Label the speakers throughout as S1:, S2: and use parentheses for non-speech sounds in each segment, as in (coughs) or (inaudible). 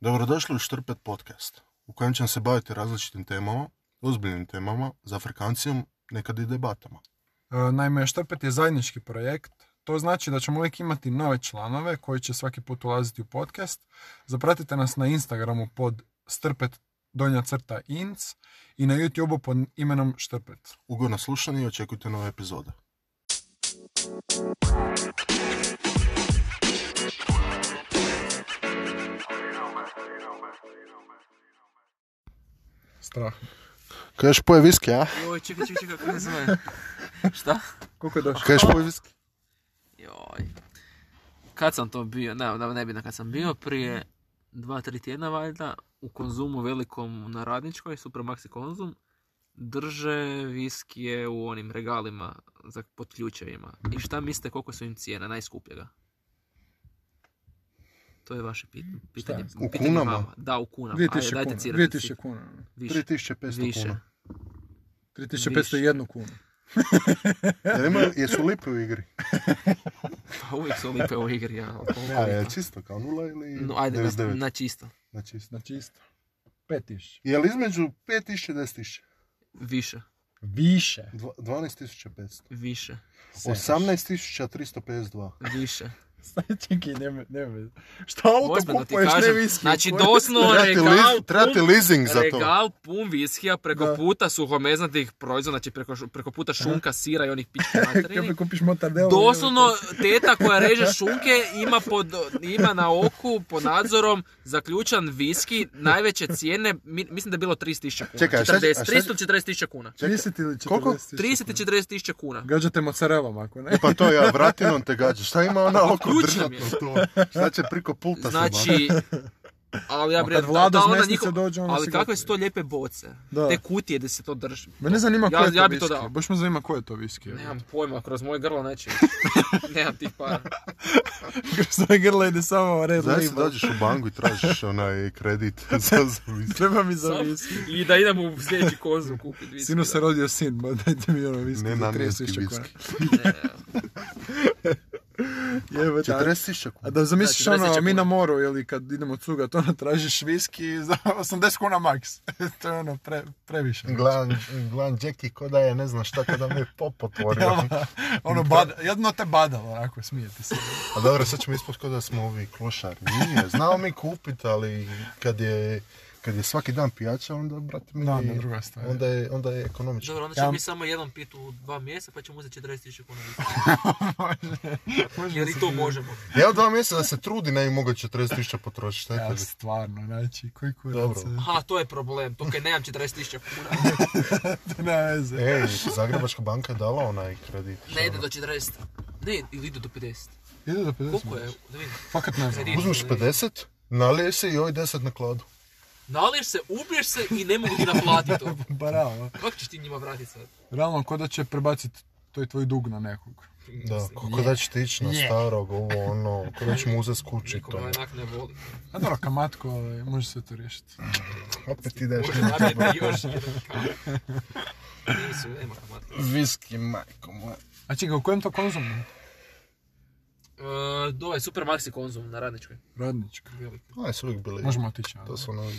S1: Dobrodošli u Štrpet podcast, u kojem ćemo se baviti različitim temama, ozbiljnim temama, za frekvencijom, nekad i debatama.
S2: E, Naime, Štrpet je zajednički projekt. To znači da ćemo uvijek imati nove članove koji će svaki put ulaziti u podcast. Zapratite nas na Instagramu pod strpet donja crta inc i na YouTubeu pod imenom Štrpet.
S1: Ugodno slušanje i očekujte nove epizode.
S2: Strah.
S1: Kažeš poje viski, a?
S3: Joj, čekaj, čekaj, čekaj, kako se zove? Šta?
S2: Koliko je
S3: Pa
S2: došlo?
S1: Kažeš poje viski?
S3: Joj. Kad sam to bio, ne, ne, nebitno kad sam bio, prije dva, tri tjedna valjda, u konzumu velikom na radničkoj, Supermaxi Konzum, drže viskije u onim regalima za, pod ključevima. I šta mislite koliko su im cijena najskupljega? To je vaše pit- pitanje.
S2: Šta?
S1: U
S3: pitanje
S1: kunama?
S3: vama. Da, u kunama.
S2: 2000
S3: Ajde, dajte
S2: kuna.
S3: cirati
S2: 2000
S3: si.
S2: kuna.
S3: Više.
S1: 3500
S3: Više. (laughs)
S1: kuna.
S2: 3501 kunu.
S1: Jel ima- jesu lipe u (laughs) igri?
S3: Pa uvijek su lipe u igri. Ja,
S1: Ja, je čisto kao nula ili
S3: no, ajde, na,
S1: 99?
S3: na čisto.
S1: Na čisto.
S2: Znači isto. 5000.
S1: Jel između 5000 i 10000?
S3: Više.
S2: Više.
S1: Dva- 12500.
S3: Više.
S1: 18352. (laughs)
S3: Više.
S2: Staj, čekaj, nemoj, nemoj. Šta auto
S3: Ozbiljno ti
S2: kupuješ, ne
S3: kažem.
S2: viski?
S3: Znači,
S2: Koje-
S3: doslovno regal,
S1: Trebate
S3: pun,
S1: leasing za to.
S3: regal pun viskija preko
S2: Da.
S3: puta suhomeznatih proizvoda, znači preko, šu- preko puta šunka, sira
S1: (laughs)
S3: i onih pića materijalnih.
S2: Kad kupiš mortadelu...
S3: Doslovno teta koja reže šunke ima, pod, ima na oku pod nadzorom zaključan viski najveće cijene, mi- mislim da je bilo 30.000 kuna.
S1: Čekaj, a šta-
S3: 40,
S1: a šta-
S3: 300 ili 40.000 kuna.
S2: 30 ili 40
S1: Koliko?
S3: 30 i 40.000 kuna.
S2: Gađate mozzarellom ako ne.
S1: Pa to ja, vratinom te gađaš. Šta ima ona oko
S3: Ključem je.
S1: držatno to? Šta će priko pulta se baviti?
S3: Znači, (laughs) ali ja
S2: A
S3: bih
S2: kad
S3: rekao,
S2: Vlado
S3: da,
S2: s
S3: onda
S2: mesnice
S3: njihov-
S2: dođe, onda si
S3: ali kakve
S2: gotovi.
S3: su to lijepe boce.
S2: Da.
S3: Te kutije gdje se to drži.
S2: Mene zanima
S3: Ja-
S2: koje je to
S3: ja bi to
S2: viski.
S3: dao.
S2: Baš me zanima koje je to viski. (laughs)
S3: Nemam pojma, kroz moje grlo neće. Nemam tih para.
S2: Sve grla ide samo red
S1: Znači
S2: label.
S1: dođeš u banku i tražiš onaj kredit
S2: (laughs)
S1: za zavisku.
S2: Treba mi za
S3: Samo-
S2: viski.
S3: I da idem u sljedeći konzum kupiti viski.
S2: Sinu se
S3: da.
S2: rodio sin, ba dajte mi ono viski za
S1: Nenamjenski
S2: 30.000 kuna.
S1: viski.
S3: Ne, ne, ne.
S2: Jebe, da.
S1: 40.000
S2: A
S1: kuna.
S2: da zamisliš
S3: Da, 40
S2: ono, mi
S3: kuna.
S2: na moru ili kad idemo cugat, ono tražiš viski za (laughs) 80 kuna maks. (laughs) to je ono pre, previše.
S1: Glan, glan Jackie ko da je ne znam šta kada mi je pop otvorio.
S2: (laughs) Ono, bada, jedno te badalo, onako, smijeti se. (laughs)
S1: A dobro, sad ćemo ispast kao da smo ovi klošari. Nije, znao mi kupit, ali kad je, kad je svaki dan pijača, onda, brate, mi
S2: Da,
S1: je-
S2: onda druga stvar.
S1: Onda je, onda je ekonomično.
S3: Dobro, onda
S2: Ja-
S3: ćemo mi samo jedan pit u dva mjeseca pa ćemo uzeti 40.000 (laughs) kuna. viski.
S2: Može
S3: Jer
S2: se
S3: i to
S2: vidjeti.
S3: možemo.
S1: Ja dva mjeseca da se trudi, ne bi mogao 40.000 potrošiti, šta je
S2: Ja,
S1: tebi?
S2: stvarno, znači, koji kurac.
S1: Dobro.
S2: je? (laughs)
S3: Aha, to je problem. To kad nemam 40.000 (laughs) kuna.
S2: To nema veze.
S1: Ej, E, Zagrebačka banka je dala onaj kredit. šta
S3: Ne ide
S1: ono?
S3: do 40. Ne, ili idu do 50.
S2: Ide do 50
S3: Koliko je?
S2: minuta.
S3: Da vidim.
S2: Fakat ne znam.
S3: Kredit.
S1: Uzmeš 50, naliješ se i ovaj 10 na kladu.
S3: Naliješ se, ubiješ se i ne mogu ti naplatiti
S2: (laughs)
S3: to.
S2: Barava.
S3: Kako ćeš ti njima vratiti sad?
S2: Realno, ko da će prebaciti to i tvoj dug na nekog.
S1: Da, kako da ćete ići na starog, ovo ono, kako da ćemo uzeti s kući
S3: Nikoga
S1: to.
S3: onak ne voli.
S2: A dobro, kamatko, ovaj, može se to riješiti.
S1: Opet ideš
S3: Može nabijeti još jedan kamen. Nisu, nema kamata.
S1: viski, majko moja.
S2: A čekaj, u kojem to konzumu?
S3: Uh, ovaj super maxi konzum na radničkoj.
S2: Radnička.
S3: Veliki.
S1: To su uvijek bili.
S2: Možemo otići, ali.
S1: To su ono,
S2: (laughs)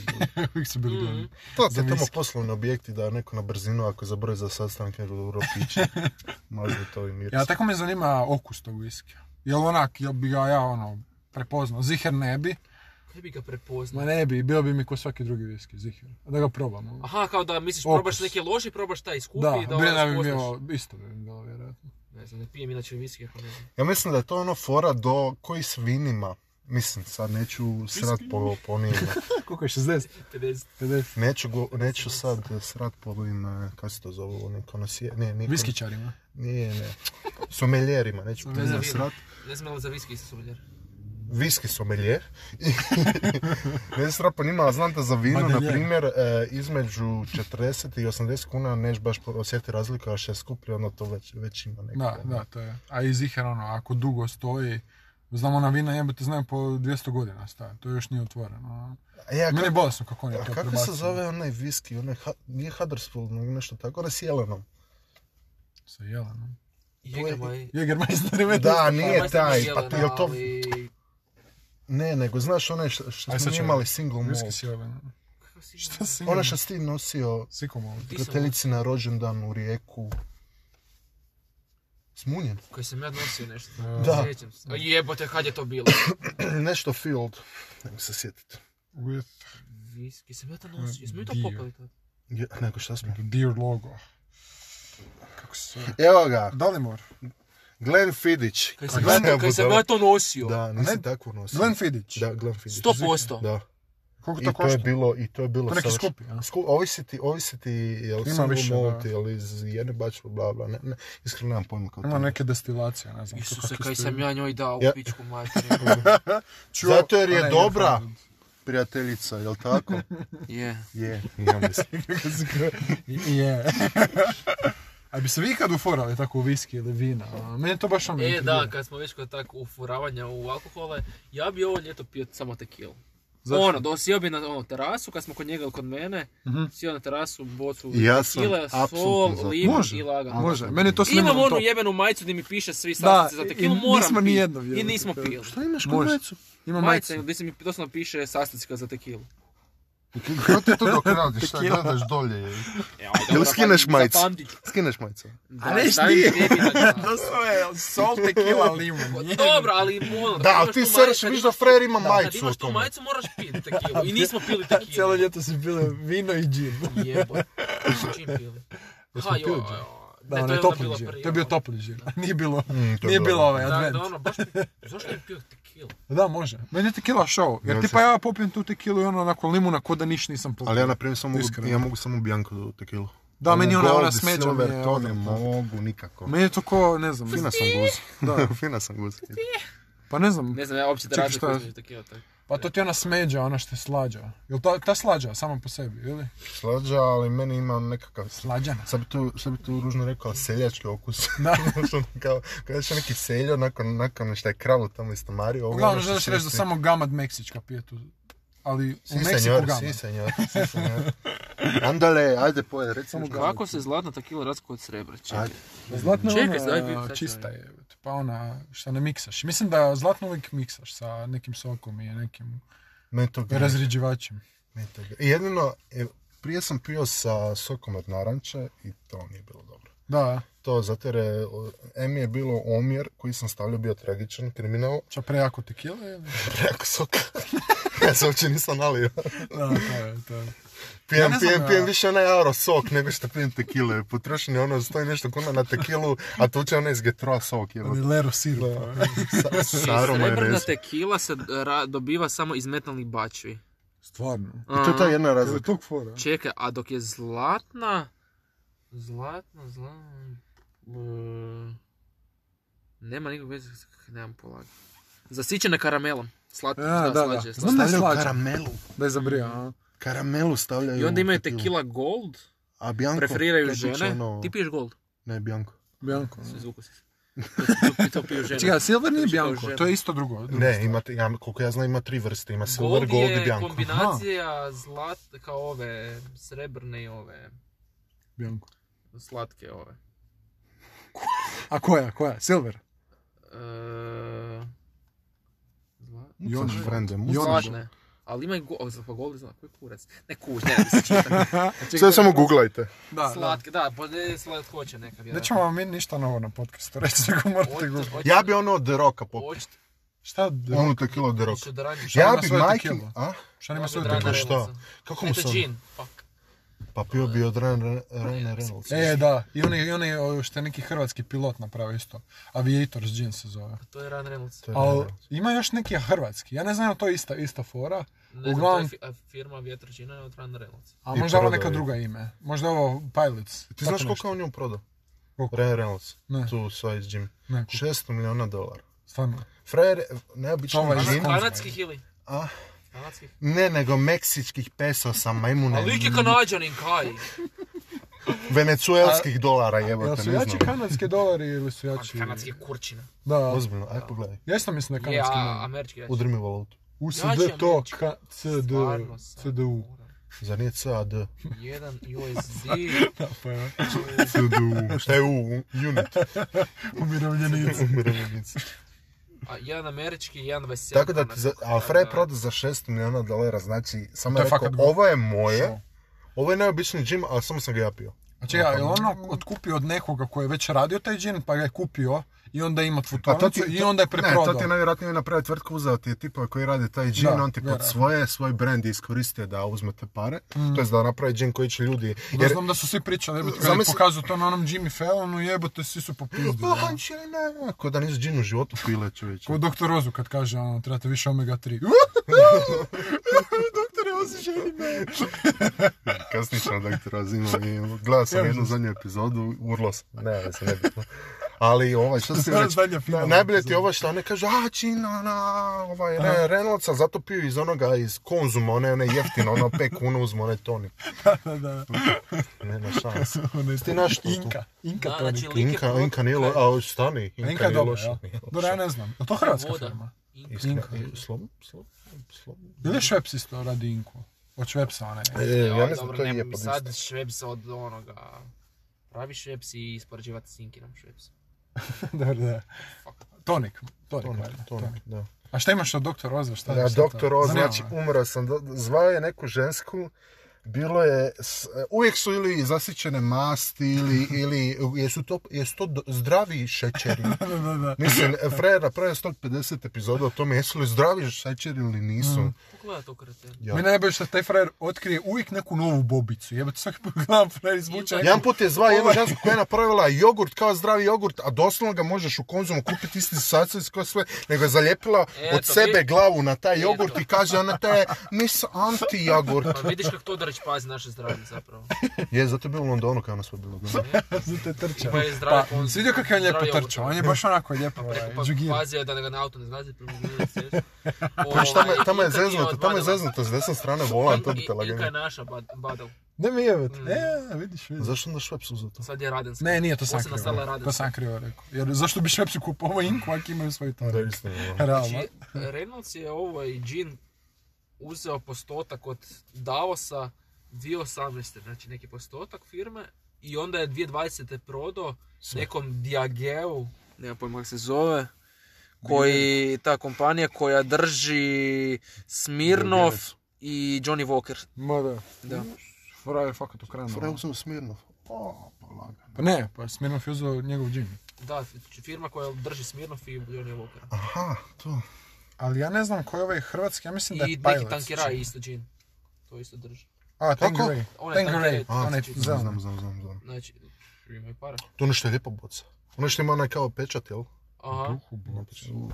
S2: Uvijek su bili glavni.
S1: to
S2: Za
S1: su tamo
S2: viski.
S1: poslovni objekti da neko na brzinu, ako zaboravi za sastanak, jer dobro piće.
S2: (laughs)
S1: Mazde to i miris.
S2: Ja, tako me zanima okus tog viskija. Jel onak, jel bi ga ja ono prepoznao? Ziher ne bi.
S3: Kaj bi ga
S2: Ma
S3: prepoznao?
S2: ne bi, bio bi mi ko svaki drugi viski, ziher. Da ga probam. ono.
S3: Aha, kao da misliš
S2: Opus.
S3: probaš neki loši, probaš taj skupi
S2: Da, da,
S3: i da
S2: bi, da
S3: ovaj
S2: bi
S3: spoznaš.
S2: bilo, isto bi mi bilo vjerojatno.
S3: Ne znam, ne pijem inače viski ako ne znam.
S1: Ja mislim da je to ono fora do koji s vinima. Mislim, sad neću srat po, po onim,
S2: Koliko je, 60?
S3: 50.
S2: 50?
S1: neću, go, neću sad srat po ovim, eh, kako se to zove, onim konosije, ne, nije,
S2: Viskičarima.
S1: nije, ne, someljerima, neću
S2: Ne znam,
S1: za srat,
S3: Ne znam ali za viski isto someljer.
S1: viski (laughs) someljer, ne srat po njima, ali znam da za vino, na
S2: Badelier.
S1: primjer, eh, između 40 i 80 kuna neš baš osjeti razliku, a što je skuplje, ono to već, već ima ono. neko.
S2: Da, da, to je. A i ziher ono, ako dugo stoji, znamo na vina jebote znaju po 200 godina staje, to još nije otvoreno. ono.
S1: A ja,
S2: Meni je bolesno kako oni
S1: E, A
S2: to
S1: kako se
S2: prebacuju.
S1: zove onaj viski, onaj, ha, nije Huddersfield, nego nešto tako, onaj s jelenom.
S2: Sa jelenom.
S3: Jegermaj.
S2: Jägermeister ima
S1: Da,
S3: Pa,
S1: nije
S3: majstor
S1: taj,
S3: Michelin,
S1: pa to- jel to,
S3: ali-
S1: Ne, nego znaš one što, što
S2: Aj,
S1: smo
S2: sad ću
S1: imali
S2: ja.
S1: single
S2: Whisky
S1: malt.
S2: sjeven.
S3: Kako si
S2: ovaj, ono. Šta si?
S1: Ono što si ti nosio
S2: Sikomol.
S3: Ti sam-
S1: prijateljici na rođendan u rijeku. Smunjen.
S3: Koji sam ja nosio nešto.
S1: Da.
S3: Sjećam se. A Jebote, kad je to bilo?
S1: (clears throat) Nešto field. Ne mogu se sjetiti.
S2: Uh, With
S3: Viski, sam ja to nosio. Jesmo mi to
S2: Dio.
S3: popali tad?
S1: Je, nego šta smo?
S2: deer logo. Kako se zove?
S1: Evo ga,
S2: Dalimor.
S1: Glenn Fidić.
S3: Kaj sam,
S1: Kako
S3: ja,
S1: se
S3: to- kaj sam ja
S1: budala.
S3: to nosio?
S1: Da, nisi
S2: Glenn-
S1: tako nosio.
S2: Glenn Fidić.
S1: Da, Glenn Fidić.
S3: 100%.
S1: Da.
S2: Koliko
S1: I
S2: to
S1: to je
S2: košta?
S1: bilo, i to je bilo
S2: To neki
S1: savršeno.
S2: skupi, a?
S1: Sku, ovisi ti, ovisi ti, jel
S2: Ima
S1: single
S2: više,
S1: malt,
S2: da.
S1: jel iz jedne bačve, bla, bla, ne, ne, iskreno nemam pojma kao
S2: Ima neke destilacije, ne znam.
S3: Isuse,
S2: kako
S3: kaj
S2: isto
S3: sam
S2: ide.
S3: ja njoj dao
S1: Ja.
S3: u
S1: (laughs)
S3: pičku materiju.
S2: Čuo-
S1: Zato jer je
S2: A Pa ne,
S1: dobra.
S2: Irfan.
S1: prijateljica, jel tako?
S3: Je.
S1: (laughs) Je, ja mislim.
S2: (laughs) Je. A bi se vi ikad uforali tako u viski ili vina? A, Meni je to baš ono
S3: E, da,
S2: intrigira.
S3: kad smo već kod tako ufuravanja u alkohole, ja bi ovo ljeto pio samo tekilu.
S2: Zašto?
S3: Ono, do, sjeo bi na ono, terasu, kad smo kod njega ili kod mene,
S2: Mhm.
S3: sjeo na terasu, bocu
S1: Ja sam
S3: tekile, sol,
S1: apsolutno za to.
S3: limun
S2: Može.
S3: i lagano.
S2: Može, meni je to snimalo
S3: Imam onu
S2: to.
S3: jebenu majicu gdje mi piše svi
S2: Da,
S3: sastavci za
S2: i-
S3: tekilu,
S2: i
S3: moram
S2: nismo
S3: pit.
S2: nijedno vjerujte.
S3: I nismo pili.
S1: Šta imaš kod
S2: Može.
S1: majicu?
S2: Ima majicu. (laughs)
S3: Majica, gdje se mi doslovno piše sastavci za tekilu.
S1: Kako ti to dok radiš, šta gledaš dolje? je?
S3: E,
S1: (laughs) Jel skineš majicu? Skineš majicu?
S3: A ne štije.
S2: (laughs) Doslovno je sol, tequila,
S3: (laughs)
S2: limun.
S3: Dobro, ali ono...
S1: Da,
S3: kad
S1: ali
S3: imaš
S1: ti
S3: tu
S1: sereš,
S3: majicu-
S1: viš da frajer ima
S3: Kad
S1: majicu u
S3: imaš tu
S1: tome.
S3: majicu moraš piti tekilu. I nismo pili E, tekilu.
S2: Cijelo ljeto se bile vino i džin.
S3: Jebote. Čim pili?
S2: Jesmo
S3: Ha,
S2: pili
S3: joj,
S2: džin?
S3: joj.
S2: Da,
S3: Ne,
S2: ono
S3: to je
S2: je
S3: onda
S2: topli
S3: bilo
S2: džin.
S3: prije,
S2: To je bio
S3: ono.
S2: topli džin. Nije bilo,
S1: Mm, to je
S2: nije
S1: bilo.
S2: bilo ovaj
S3: Da, da,
S2: advent.
S3: ono, baš... Zašto je pio tekilu?
S2: Da, može. Meni je tequila show. Jer
S1: Ja
S2: tipa ja popijem tu tequilu i ono nakon limuna ko da niš nisam popio.
S1: Ali ja na primjer samo mogu,
S2: Iskreno.
S1: ja mogu samo bianku tekilu.
S2: Da, meni ona,
S1: Gold,
S2: ona smeđa mi
S1: silver,
S2: je.
S1: To
S2: ono,
S1: ne mogu nikako.
S2: Meni je to ko, ne znam.
S1: Fina sam guz.
S2: Da.
S1: (laughs) Fina sam guz.
S2: Pa ne znam.
S3: Ne znam, ja uopće da
S2: Čekaj,
S3: razliku
S2: šta?
S3: između tekilu.
S2: Pa to ti je ona smeđa, ona što je slađa. Jel ta, ta slađa sama po sebi, ili?
S1: Slađa, ali meni ima nekakav
S2: Slađana.
S1: Sad bi tu, sad bi tu ružno rekao seljački okus. (laughs)
S2: (laughs) Da.
S1: Što ono kao, kao da će neki seljo nakon, nakon šta je kralo tamo iz Tamari. Ovo
S2: Uglavnom
S1: ono što
S2: želiš
S1: se
S2: reći da
S1: svi-
S2: samo gamad Meksička pije tu. Ali u
S1: Si
S2: Meksiku
S1: senjor, si
S2: gamad.
S1: senjor, si
S2: (laughs)
S1: senjor. Andale, ajde pojedi, reci samo
S3: Kako se zlatna takila razlikuje od srebra? Čekaj.
S1: Ajde.
S2: Zlatna
S3: Čekaj,
S2: je
S3: sad bi- sad
S2: ona
S3: ću
S2: čista je, pa ona šta ne miksaš. Mislim da zlatno uvijek miksaš sa nekim sokom i nekim
S1: Meni to ga,
S2: razriđivačem.
S1: meni to ga. I Jedino, e, prije sam pio sa sokom od naranče i to nije bilo dobro.
S2: Da,
S1: To zato jer je, o, em je bilo omjer koji sam stavljao bio tragičan, kriminal, (laughs)
S2: ča prejako tekile ili?
S1: preko soka. (laughs) ja se uopće nisam nalio.
S2: (laughs) Da, to je, to je. Ja
S1: Pijem,
S2: ne znam,
S1: pijem,
S2: ja.
S1: pijem više onaj aro sok nego što pijem tekile. Potrošen je ono, stoji nešto kuna na tekilu, a tuče onaj iz getroa sok. Jel?
S2: (laughs) Ili lero sirup.
S1: Sa, sa aroma je
S3: Srebrna
S1: rez.
S3: tekila se ra- dobiva samo iz metalnih bačvi.
S2: Stvarno.
S1: I to je ta jedna
S2: Je li
S1: razlika.
S2: tog fora?
S3: Čekaj, a dok je zlatna... Zlatna, zlatna... e, Nema nikog veze, nemam polaga. Zasićena karamelom. Slatko,
S2: Ja,
S3: da,
S2: da,
S3: slađe,
S2: da.
S3: slađe.
S2: Znam da je
S1: Stavljaju
S2: slađa.
S1: karamelu.
S2: Da je zabrija, a?
S1: Karamelu stavljaju
S3: I onda
S1: u
S3: imaju
S1: tekilu.
S3: tequila gold,
S1: A Bianco?
S3: preferiraju
S1: to je tiče
S3: žene.
S1: ono-
S3: Ti piješ gold,
S1: Ne, Bianco.
S2: Bianco.
S3: izvuku si. se. To- to- To piju žene.
S2: Čekaj, a silver nije
S3: To je
S2: bianco,
S3: žena.
S2: to je isto drugo. drugo.
S1: Ne, ima, te- ja, koliko ja znam ima tri vrste. Ima silver,
S3: Gold
S1: gold, i
S3: je
S1: Bianco.
S3: kombinacija zlat, kao ove srebrne i ove
S2: Bianco.
S3: slatke ove.
S2: A koja, koja? Silver?
S3: E, zla-
S1: Jon
S2: Jonas.
S1: Frende,
S2: Jonas.
S1: muca.
S2: Jonas.
S3: Zlatne. Ali ima i go, o, pa gold je zlatno, koji kurac. Ne
S1: (laughs)
S3: kurac, ne radi se čita.
S1: Sve samo googlajte.
S2: Da, da.
S3: Slatke, da, pa ne slatkoće neka
S2: Nećemo vam mi ništa novo na podcastu reći, nego morate
S3: Hoćete-
S2: googlati.
S3: hoćete-
S1: Ja bi ono od The Rocka popio.
S3: hoćete-
S2: Šta?
S1: Onu tekilu od The Rocka.
S3: hoćete da ranije-
S2: Šta
S1: Ja
S2: ima
S1: bi
S2: svoje
S1: majke...
S2: tekilu?
S1: A?
S2: Šta nema sve
S3: Od Rana
S1: Pa
S2: drugo?
S1: šta?
S3: Reynolda.
S1: Kako mu
S3: E, to je
S1: sam...
S3: džin, fuck.
S1: Pa pio bi od Ren- Ren- Rene Reynolds.
S2: E, da, i oni, i oni o, što je neki hrvatski pilot napravio isto. Aviators Gin se zove.
S3: pa To je Ran Reynolds.
S1: To je
S2: Ali
S1: Reynolds.
S2: ima još neki hrvatski, ja ne znam je li to ista, ista fora,
S3: Ne znam, to je
S2: Uglavnom-
S3: fi- a firma Vjetročina je od Ran Reynolds.
S2: a
S1: I
S2: možda ovo
S1: prodao
S2: neko
S1: je.
S2: drugo ime. Možda je ovo Pilots.
S1: Ti
S2: tako
S1: znaš
S2: nešto.
S1: koliko je on nju prodao?
S2: Koliko?
S1: Rene Reynolds.
S2: Ne.
S1: Tu sa iz Jim.
S2: Ne, koliko?
S1: 600 milijuna dolara.
S2: Stvarno.
S1: Frajer, neobično
S2: Ovo je
S1: je
S2: Zin.
S1: Jim.
S2: Kanadski.
S3: Kanadskih ili?
S1: A?
S3: Kanadskih?
S1: Ne, nego meksičkih pesosa, majmune.
S3: A lik je kanadjanin, kaj?
S1: Venecuelskih dolara,
S2: Jel
S1: jebote,
S2: su
S1: ne
S2: jači
S1: znam.
S2: kanadski dolari ili su
S1: Znači-
S2: jači...
S3: Pa Kanadski je kurčina.
S2: Da,
S1: Ozbiljno, aj pogledaj.
S2: ja isto mislim da je
S3: Je,
S2: kanadski
S3: a
S2: dolar.
S3: američki jači.
S1: Udri mi valutu.
S2: USD
S3: Jači
S2: to,
S3: američki.
S2: ka, CD,
S3: Stvarno sam.
S2: CDU.
S1: Zar nije CAD? (laughs)
S3: Jedan USD.
S2: Da, pa ja.
S1: CDU. Šta je U? Unit.
S2: Umirovljenici.
S1: (laughs) Umirovljenici.
S3: A jedan američki, jedan 27.
S1: Tako da, ti
S3: danas.
S1: za, a
S3: Tako
S1: Frey
S3: da-
S1: proda za 6 milijuna dolara, znači samo
S2: To
S1: je
S2: je
S1: rekao,
S2: fakat good
S1: ovo je moje, ovo je najobičniji džim, a samo sam ga ja pio.
S2: Znači, ja, je ono otkupio od nekoga koji je već radio taj džin, pa ga je kupio i onda ima
S1: Pa to
S2: tvotornicu
S1: ti,
S2: i onda je preprodao.
S1: Ne, to ti je najvjerojatnije napravio tvrtku, uzeo ti je tipove koji rade taj džin,
S2: Da,
S1: on ti pod
S2: vjerojatno. Mm.
S1: svoje, svoj brand iskoristio da uzme te pare, to je da napravi džin koji će ljudi...
S2: Da znam da su svi pričali, jebote, kad je
S1: Zamisli-
S2: pokazao to na onom Jimmy Fallonu, jebote, svi su
S1: (laughs)
S2: popizdili.
S1: Pa,
S2: ono.
S1: žena, ko da nisu džin u životu pile, čovječe.
S2: Kao doktor Ozu kad kaže, ono, trebate
S1: (laughs)
S2: više (laughs) omega-3. Doktore, osjećaj me.
S1: Kasnije ćemo doktor Razima i ono, gledao sam jednu zadnju epizodu, urlo sam. Ne, ne sam nebitno. Ali ovaj, što
S2: (laughs)
S1: si već,
S2: Zadnja finalna
S1: najbolje ti je
S2: epizoda.
S1: ovo što one kažu, a čina na ovaj, Re, Reynoldsa, zato piju iz onoga, iz konzuma, one, one jeftine, ono 5 kuna uzmu, one toni.
S2: Da, da.
S1: Nema šanse.
S2: Ono je
S1: Ti naš tu?
S2: Inka, Inka
S3: Da,
S2: to
S3: znači, Link je
S1: Inka,
S3: pro-
S1: Inka nije loša, a stani, Inka,
S2: Inka je
S1: nije
S2: dobra,
S1: loša.
S2: jel?
S1: nije loša.
S2: Dobro, ja ne znam. Je to hrvatska
S3: Voda.
S2: firma?
S1: Iskreno,
S2: Inka.
S1: i Slobo, slobo, slobo.
S2: Ili Šveps isto radi Inku? Od Švepsa ona
S1: (laughs)
S2: je.
S1: E, ja
S3: Joj,
S1: ne znam,
S3: dobro,
S1: to je
S3: nemoj
S1: je
S3: mi
S1: pod
S3: sad šveps od onoga. Pravi šveps i ispoređivati s Inkinom šveps.
S2: Dobro, da. Tonik. Tonik,
S1: Tonik,
S2: valjda, tonik.
S1: tonik, da.
S2: A šta imaš od doktor Oza? Pa Šta je
S1: Ja,
S2: sad to?
S1: doktor O,
S2: Zanima
S1: znači
S2: me.
S1: umro sam, Do- zvao je neku žensku, bilo je, s- uvijek su ili zasićene masti
S2: (laughs)
S1: ili, ili jesu, to, jesu to do- zdravi šećeri.
S2: Da, da,
S1: (laughs)
S2: da.
S1: Mislim, Freja napravio 150 epizoda o tome jesu li zdravi šećeri ili nisu.
S2: Mm.
S3: Ko gleda to krete?
S1: Ja.
S2: Mene najbolje što taj frajer otkrije uvijek neku novu bobicu. Jebate, svaki put gledam frajer izvuče neku...
S1: Jedan put je zvao jednu žensku koja je napravila jogurt kao zdravi jogurt, a doslovno ga možeš u konzumu kupiti isti sastavci kao sve, nego je zalijepila od
S3: Eto,
S1: sebe
S3: vi-
S1: glavu na taj
S3: Eto.
S1: jogurt i kaže ona to je
S3: (laughs)
S1: Miss Anti-jogurt.
S3: Pa vidiš kako Todorić pazi naše zdravlje zapravo.
S1: (laughs) Je, zato je bilo u Londonu kao nas je bilo. da.
S2: Te trča.
S3: Pa je zdravi
S2: Pa,
S3: konzum.
S2: svidio kako je on lijepo
S3: Zdravi jogurt.
S2: trčao. On je baš onako lijepo ovaj,
S3: Preko pa
S2: džugira.
S3: pazio je da ga na auto ne zlazi prema gledanju
S1: (laughs)
S3: cestu.
S1: Pa šta me, tamo je
S3: Ilka Ovaj, nije
S1: zeznuto, tamo je
S3: odbadala.
S1: zeznuto s desne strane volan, to bi te
S3: I- Ilka je
S1: lagano.
S3: naša bad- badal.
S2: Ne mi jebate.
S3: Mm.
S2: E, vidiš, vidiš.
S1: Zašto onda Šveps uzeo to? Pa
S3: Sad je Radenska.
S2: Ne, nije, to sam
S3: Posebno
S2: krivo.
S3: stala
S2: rekao. To
S3: Radenska.
S2: sam krivo rekao. Jer zašto bi Švepsu kupovao inku ako imaju svoj
S1: Da,
S2: tonik?
S1: istina.
S2: Realno.
S3: Znači, Reynolds je ovaj džin uzeo postotak od Davosa 2018. Znači neki postotak firme i onda je 2020. prodao nekom Diageu, nema pojma kako se zove, koji, ta kompanija koja drži Smirnov i Johnny Walker.
S2: Ma da.
S3: Da.
S2: Frajer fakat ukrano.
S1: Frem sam Smirnov. O, pa lagano.
S2: Pa ne, pa Smirnov je uzeo njegov džim.
S3: Da, firma koja drži Smirnov i Johnny Walker.
S1: Aha, to.
S2: Ali ja ne znam koji je ovaj hrvatski, ja mislim da je
S3: I
S2: Pilot.
S3: neki tankeraj isto džin. To isto drži.
S2: A, Tangeray.
S3: Onaj
S2: Tangeray,
S3: Tangeray.
S1: A,
S2: onaj
S1: znam,
S2: zeleni.
S1: znam, znam, znam, znam.
S3: Znači, imaju para.
S1: To ono što je lijepa boca. Ono što ima onaj kao pečat, jel?
S3: Aha.
S1: Uh.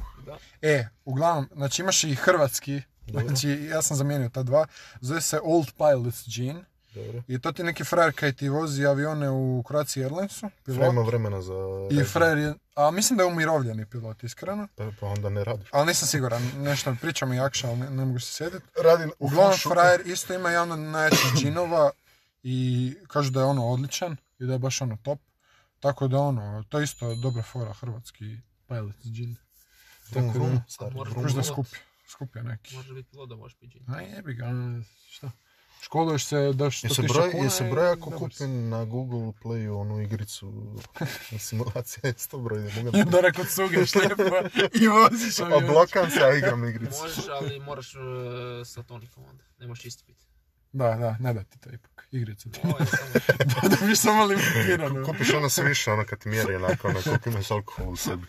S2: E, uglavnom, znači imaš i hrvatski, znači ja sam zamijenio ta dva, zove se Old Pilots Gene
S1: Dobro.
S2: i to ti je neki frajer kaj ti vozi avione u Croatia Airlinesu,
S1: Frem ima
S2: pilot,
S1: vremena za...
S2: i frajer je, a mislim da je umirovljeni pilot, iskreno,
S1: Pa, pa onda ne radiš.
S2: ali nisam siguran, nešto priča mi jakša, ali ne, ne mogu se sjetiti.
S1: Radi
S2: Uglavnom, frajer isto ima jedan od najjačih džinova i kažu da je ono odličan i da je baš ono top, tako da ono, to je isto dobra fora hrvatski Pilots džin.
S1: Vrum,
S2: Tako da,
S1: vrum,
S2: ono,
S1: stari,
S3: Možda-
S1: vrum.
S2: Možda
S3: Pilot.
S2: skuplja, skuplja neki.
S3: Može biti pilot da možeš biti džin.
S2: A jebi ga, ono, šta? Školuješ se, daš 100
S1: Jel se
S2: tisuća
S1: broj,
S2: kuna
S1: jel se
S2: i
S1: broj ako
S2: dobar si. (laughs)
S1: kupim na Google Playu onu igricu simulacija je 100 broj, ne mogu
S2: I onda rekao cuge šlepa i voziš
S1: A blokam se, a igram igricu.
S3: Možeš,
S1: (laughs)
S3: ali moraš e, sa tonikom onda. Ne možeš isti biti.
S2: Da, da, ne da ti to ipak, igricu ti.
S3: Ovo je samo...
S2: (laughs) da dobiš samo limitirano.
S1: Kupiš ono sviša, ono kad ti mjeri onako, ono koliko imaš alkohol u sebi.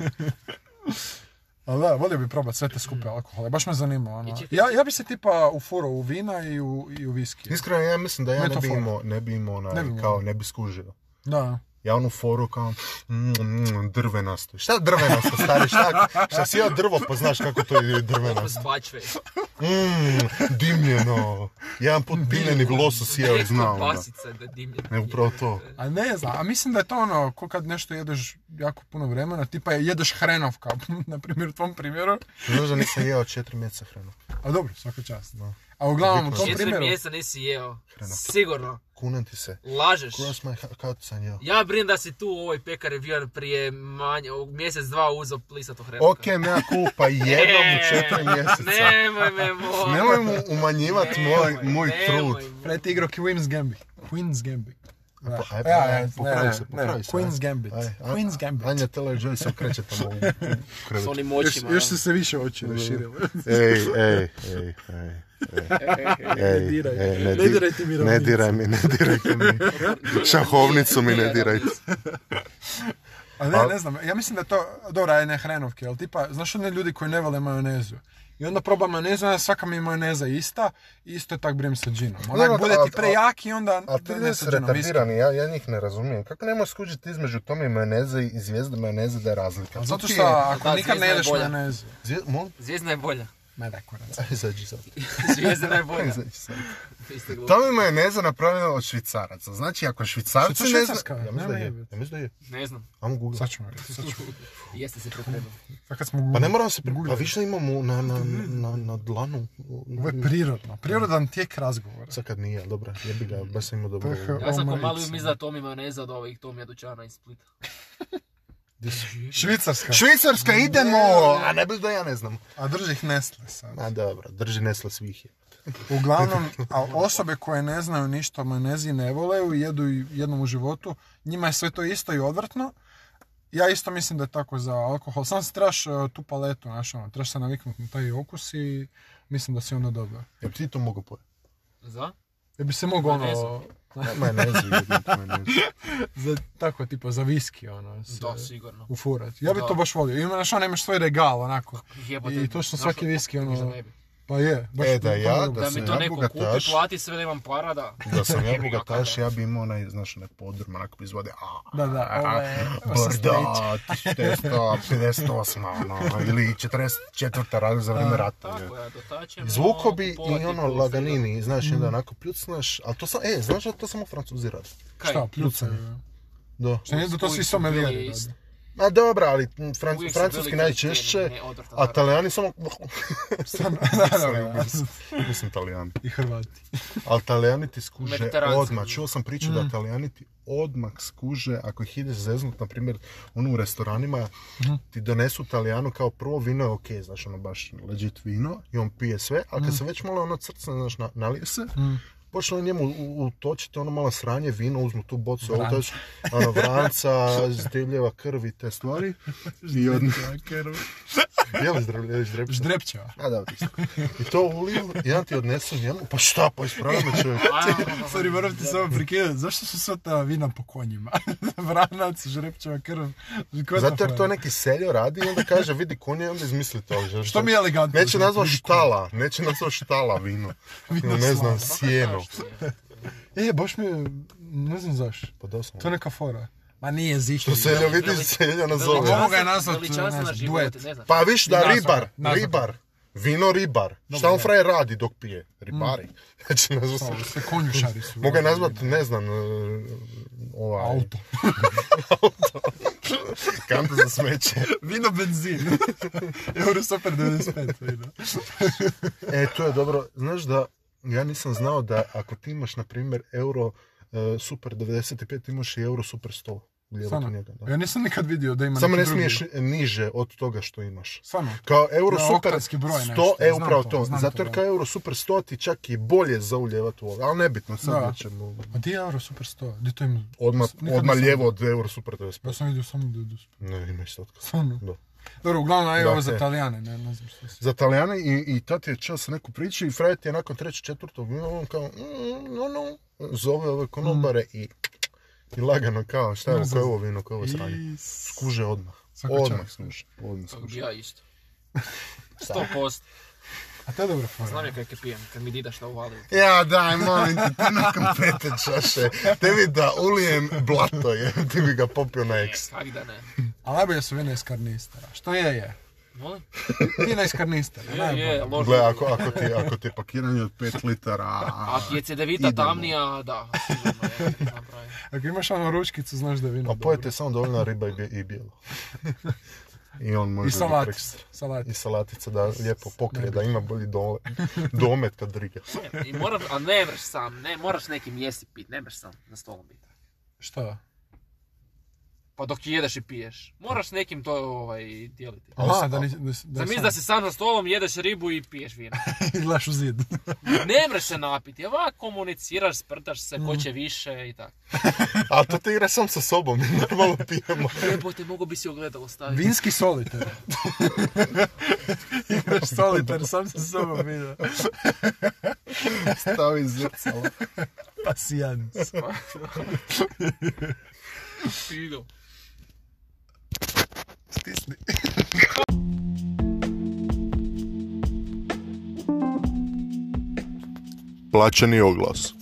S2: Ali da, volio bi probat sve te skupe alkohole, baš me zanima ono.
S3: I čekaj.
S2: Ja, ja bi se tipa ufurao u vina i u, i u viski.
S1: Iskreno, ja mislim da ja ne bi
S2: Metafora.
S1: imao, ne bi imao onaj,
S2: Ne bi imao.
S1: kao, ne bi skužio.
S2: Da.
S1: Ja onu foru kao, mm, mm, drvenasto. Šta drvenasto, stari, šta, šta si ja drvo, pa znaš kako to je
S3: Ovo
S1: drvenasto.
S3: svačve.
S1: Mm, dimljeno. Jedan put piljeni losos jeo, znao. ono. da.
S3: Kobasica da dimljena.
S1: E, upravo to.
S2: A ne znam, a mislim da je to ono, ko kad nešto jedeš jako puno vremena, tipa jedeš hrenov kao, (laughs) na primjer u tvom primjeru,
S1: Znaš da nisam jeo četiri mjeseca hranu.
S2: a dobro, svaka čast. A uglavnom u tom
S3: Četiri
S2: primjeru,
S3: mjeseca nisi jeo. Sigurno.
S1: Kunem ti se.
S3: Lažeš.
S1: Kroz maj, kad sam jeo.
S3: Ja brinem da si tu u ovoj pekari bio prije manje, mjesec, dva uzo plisat u hrenovka.
S1: Ok, mea kupa, jednom u
S2: E,
S1: četiri mjeseca.
S3: Nemoj me molim.
S1: Nemoj mu umanjivati moj,
S3: Nemoj,
S1: moj
S3: nemoj
S1: trud.
S3: me.
S2: Pre ti igrao Queen's Gambit. Queen's Gambit.
S1: Pa, aj,
S2: E, aj,
S1: aj,
S2: aj,
S1: popravi
S2: ne,
S1: se,
S2: ne,
S1: popravi se,
S2: Queen's
S1: aj.
S2: Gambit.
S1: Aj, Pa a-
S2: Queen's Gambit.
S1: Anja Taylor-Joy se okreće tamo
S2: (laughs)
S1: u, u
S3: S
S1: krevetu.
S3: onim
S2: Još,
S3: očima. ono.
S2: još su se više oči raširile.
S1: Ej, ej, ej, ej.
S2: ne
S1: Ej,
S2: diraj.
S1: ej,
S2: ne,
S1: di-
S2: diraj ti mi
S1: Ne diraj mi, ne dirajte mi. Šahovnicu mi ne dirajte.
S2: A ne, ne znam, ja mislim da je to, dobra, je ne hrenovke, ali tipa, znaš one ljudi koji ne vole majonezu? I onda proba majonezu, onda svaka mi je majoneza ista, i isto je tak brem sa džinom. Onak
S1: Dobro,
S2: bude
S1: a-
S2: ti prejaki, onda
S1: A ti
S2: ne
S1: ljudi
S2: sa
S1: su
S2: džinom, viski.
S1: retardirani, ja, ja njih ne razumijem. Kako ne možeš skužiti između Tomi majoneze i zvijezde majoneze da je razlika?
S2: Ali Zato
S1: To ti
S2: što
S1: je-
S2: ako nikad
S3: Da,
S2: ne
S3: zvijezda je
S2: jedeš
S3: bolja.
S2: majonezu,
S1: Zvije- Molim?
S3: Zvijezda je bolja. (laughs)
S2: ne da kurac. (laughs)
S1: Aj, Izađi sad.
S3: Zvijezda je
S1: (laughs)
S3: bolja.
S1: Izađi sad.
S3: Isto glupo.
S1: Tome majoneza napravljena od švicaraca. Znači, ako švicarci
S2: Što je to
S1: ne
S2: švicarska?
S1: znaju... Ja mislim da
S2: Nema
S1: je.
S2: jebe.
S1: Ja mislim da je.
S3: Ne znam.
S1: Ajmo googlat.
S2: Sad ćemo reći, sad ćemo.
S3: Jeste se pripremili.
S2: Sad kad smo
S1: Pa ne moram se pri... Pa
S2: Google.
S1: više imamo na, na, na, na dlanu.
S2: Ovo je prirodno, prirodan tijek razgovora.
S1: Sad kad nije, ali dobro, ne bi ga, baš sam imao dobro.
S2: PH.
S3: Ja sam ko mali
S2: Omarica.
S3: mislim da Tomi majoneza od ovih Tomija Dućana iz Splita.
S2: Švicarska,
S1: Švicarska, idemo! A ne bi da ja ne znam.
S2: a drži ih Nestle sad.
S1: Ma dobro, drži Nesla svih je.
S2: Uglavnom, a osobe koje ne znaju ništa o majonezi i ne vole ju, jedu ju jednom u životu, njima je sve to isto i odvrtno. Ja isto mislim da je tako za alkohol. Samo se trebaš e, tu paletu, znaš, ono, trebaš se naviknuti na taj okus i mislim da si onda dobro.
S1: Jel ti to mogu pojeti?
S3: Za?
S2: Ja bi se mogao ono,
S3: Majonezu.
S1: Majonezi, jebate, (laughs) majonezi.
S2: za, tako tipa za viski, ono, se
S3: Da, sigurno.
S2: ufurati. Ja bi
S3: Da.
S2: to baš volio. Ima, znaš, ono, imaš svoj regal, onako.
S3: Jebote.
S2: I točno
S3: znaš
S2: svaki
S3: što-
S2: viski, ono-
S3: Ništa ne bi.
S2: Pa je, baš
S1: E, da
S2: to mi je
S1: ja,
S2: dobro.
S1: Da
S3: Da
S1: sam
S3: mi to
S1: ja
S3: neko kupi,
S1: bogataš.
S3: plati sve da imam para da...
S1: Da sam ja
S3: Jebi ga,
S1: bogataš,
S3: kako
S1: ja bi imao onaj, znaš, onaj podrum, onako bi izvode, a,
S2: Da, da, ovo
S1: ovaj,
S2: je... ovo sa States.
S1: Brda, 458, ono, ili 44. razred za vrijeme rata. je.
S3: Tako ja, dotačemo...
S1: Zvuko bi i ono
S3: pola
S1: laganini, znaš, i onda
S3: Mhm.
S1: onako pljucnaš, ali to sam, e, znaš da to samo francuzi rade.
S3: Kaj?
S2: Šta, pljucanje.
S1: Da.
S2: Šta nije da to
S3: Uvijek
S2: svi
S3: su
S2: someljeri
S3: bili
S2: rade.
S3: isti.
S1: Ma dobra, ali m, fran,
S3: Uvijek su
S1: francuski
S3: bili
S1: najčešće,
S3: kristijani, ne, odvratan
S1: a
S3: narod.
S1: talijani samo...
S3: (laughs)
S2: Da, da, da.
S1: Mislim talijani.
S2: I Hrvati.
S1: Ali talijani ti skuže
S3: Mediteranci.
S1: odmah. Čuo sam priču da talijani ti odmah skuže, ako ih ideš zeznut, na primjer, ono u restoranima, ti donesu talijanu kao prvo vino je okej, znaš, ono baš legit vino, i on pije sve, a kad se već malo ono crcne, znaš, na, nalije se, počne on njemu u- u- utočiti ono malo sranje vino, uzmu tu bocu, ovo to je, (laughs) ono, vranca, zdrivljeva krvi, te stvari. (laughs) I odmah, je li zdrivljeva,
S2: Ždrepća.
S1: A da, isto. I to uliju, i ja ti odnesu njemu, pa šta, pa ispravljamo čovjek.
S3: A,
S2: Sorry, moram ti samo prikidati, zašto su sva ta vina po konjima? (laughs) Vranac, žrepčeva krv. Ko je
S1: Zato jer
S2: frajer?
S1: to neki seljo radi i onda kaže vidi konje i onda izmisli to. Što,
S2: Što mi je elegantno?
S1: Neće nazvao štala, neće nazvao štala vino.
S2: (laughs) Vino
S1: ne znam,
S2: slano.
S1: sjeno.
S2: E, baš mi je, ne znam zašto.
S1: Pa doslovno.
S2: To je neka fora. Ma nije zihni.
S1: To seljo vidi, seljo nazove.
S2: Mogu ga je nazvat, ne
S3: Veličanstvena
S2: znam,
S3: život,
S2: duet.
S3: ne znam.
S1: Pa viš da
S2: Nazvao,
S1: ribar,
S2: nazvao.
S1: ribar. Vino ribar. Šta on frajer radi dok pije? Ribari.
S2: Mm.
S1: (laughs) Znači nazvao sam.
S2: Sve konjušari su.
S1: Mogu je nazvat, ne znam, e, ovaj... (laughs)
S2: Auto.
S1: Kanta za smeće.
S2: Vino benzin. (laughs) Euro super
S1: (laughs)
S2: 95 vino.
S1: E, to je dobro. Znaš da, ja nisam znao da ako ti imaš, na primjer, euro e, super 95, ti imaš i euro super 100. Lijevo
S2: Stvarno.
S1: ti njega, da.
S2: Ja nisam nikad vidio da ima
S1: Samo
S2: neki
S1: ne
S2: drugi.
S1: smiješ niže od toga što imaš.
S2: Stvarno.
S1: Kao Euro
S2: Da,
S1: Super
S2: oktanski
S1: 100,
S2: broj nešto,
S1: e
S2: znam
S1: upravo
S2: to,
S1: to,
S2: znam to,
S1: zato jer
S2: da.
S1: kao Euro Super 100 ti čak i bolje zauljevati u ovo, ali nebitno, sad
S2: Da.
S1: nećemo. ono,
S2: A di je Euro Super 100? Di to ima?
S1: Odmah,
S2: Nikad
S1: odmah
S2: nisam-
S1: lijevo od Euro Super 95.
S2: Ja sam vidio samo da idu sp-
S1: Ne, ima isto otkaz.
S2: Stvarno.
S1: Da.
S2: Dobro, uglavnom je ovo
S1: Da, e.
S2: za
S1: te.
S2: Italijane, ne, ne znam što se...
S1: Za Talijane i, i tad je čas neku priču i frajer ti je nakon trećeg, četvrtog, vina, on kao, mm, no, no, zove ove konobare i, i lagano kao, šta je ovo, koje je ovo vino, koje je ovo sranje. Skuže odmah.
S2: Svaka
S1: Odmah
S2: čast.
S1: skuže. Odmah
S3: Kako bi
S1: skuže.
S3: ja isto. 100%.
S2: A to je dobra fora.
S3: Znam ja kaj pijem, kad mi dida šta uvali.
S1: Ja daj, molim te, ti nakon pete čaše, tebi da ulijem blato je, ti bi ga popio na eks.
S3: Kak da ne?
S2: A najbolje su vina iz karnistera. Što je, je.
S3: Molim?
S2: Vina iz karnistera,
S3: Je,
S2: najbolje.
S3: je, loš.
S1: Gle, ako, ako, ti, ako ti je pakiranje od 5 litara...
S3: Ako je cedevita
S1: Idemo.
S3: tamnija, da, sigurno je napravi.
S2: Ako imaš ono ručkicu, znaš da je vino
S1: Pa
S2: dobro.
S1: pojete samo dovoljna riba i, bje- i bijelo. I on može
S2: I
S1: biti
S2: salatica.
S1: prekstra.
S2: Salatica.
S1: i salatica da lijepo pokrije, da ima bolji dole, domet kad driga.
S3: I moram, a ne mreš sam, ne, moraš nekim jesti pit, ne mreš sam na stolom biti.
S2: Šta?
S3: Pa dok jedeš i piješ. Moraš s nekim to ovaj, dijeliti.
S2: Aha, da, nis- da, s- da,
S3: Zamisli
S2: sam-
S3: da si sam za stolom, jedeš ribu i piješ vino.
S2: Gledaš u
S3: (laughs)
S2: zid.
S3: Ne mreš se napiti, ovako komuniciraš, sprtaš se,
S1: Mhm.
S3: ko će više i tako.
S1: A to te igra sam sa sobom, mi normalno
S2: (laughs)
S1: pijemo.
S3: Jebote, mogu bi si ogledalo staviti.
S2: Vinski (laughs) soliter. Igraš soliter, sam se sobom vidio.
S1: Stavi zrcalo.
S2: Pasijans.
S3: Idu.
S2: Stisni.
S1: Plaćeni oglas.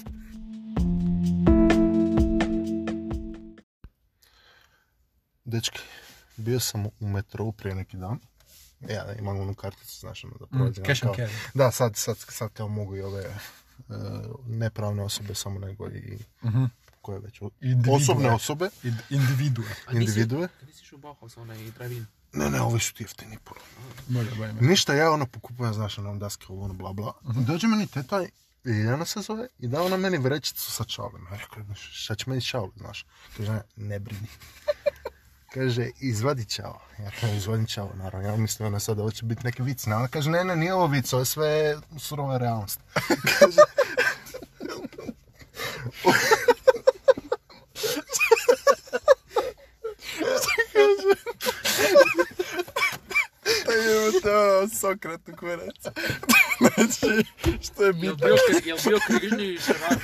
S1: Dečki, bio sam u metrou prije neki dan. Ja imam onu karticu, znaš, ono da prođem.
S2: Mm, cash and
S1: kao-
S2: carry.
S1: Da, sad, sad, sad kao mogu i ove e, nepravne osobe samo nego i
S2: Mhm.
S1: koje već o-
S2: Individue.
S1: osobne osobe,
S2: Ind- Individua.
S3: A nisi-
S1: individue.
S3: Kad nisi išao u Bauhaus, onaj drive-in.
S1: Ne, ne, ovi su ti jeftini puno.
S2: Bolje, bolje.
S1: Ništa, ja ono pokupujem, znaš, ono daske, ono bla bla. Dođe meni teta, Ljiljana se zove, i da ona meni vrećicu sa čavlima. Ja rekao, "Znaš, šta će meni čavli, znaš? Kaže, "Ne, ne brini. (laughs) kaže, izvadi čavo. Ja kažem, izvadim čavo, naravno. Ja mislim, ona sad, ovo će biti neki vic. Ne, ona kaže, ne, ne, nije ovo vic, ovo je sve surova realnost. kaže,
S2: Evo to, Sokrat u kurac. (laughs) Znači, što je
S3: Jel
S2: bitno?
S3: bio, kri- jel bio križni šarap?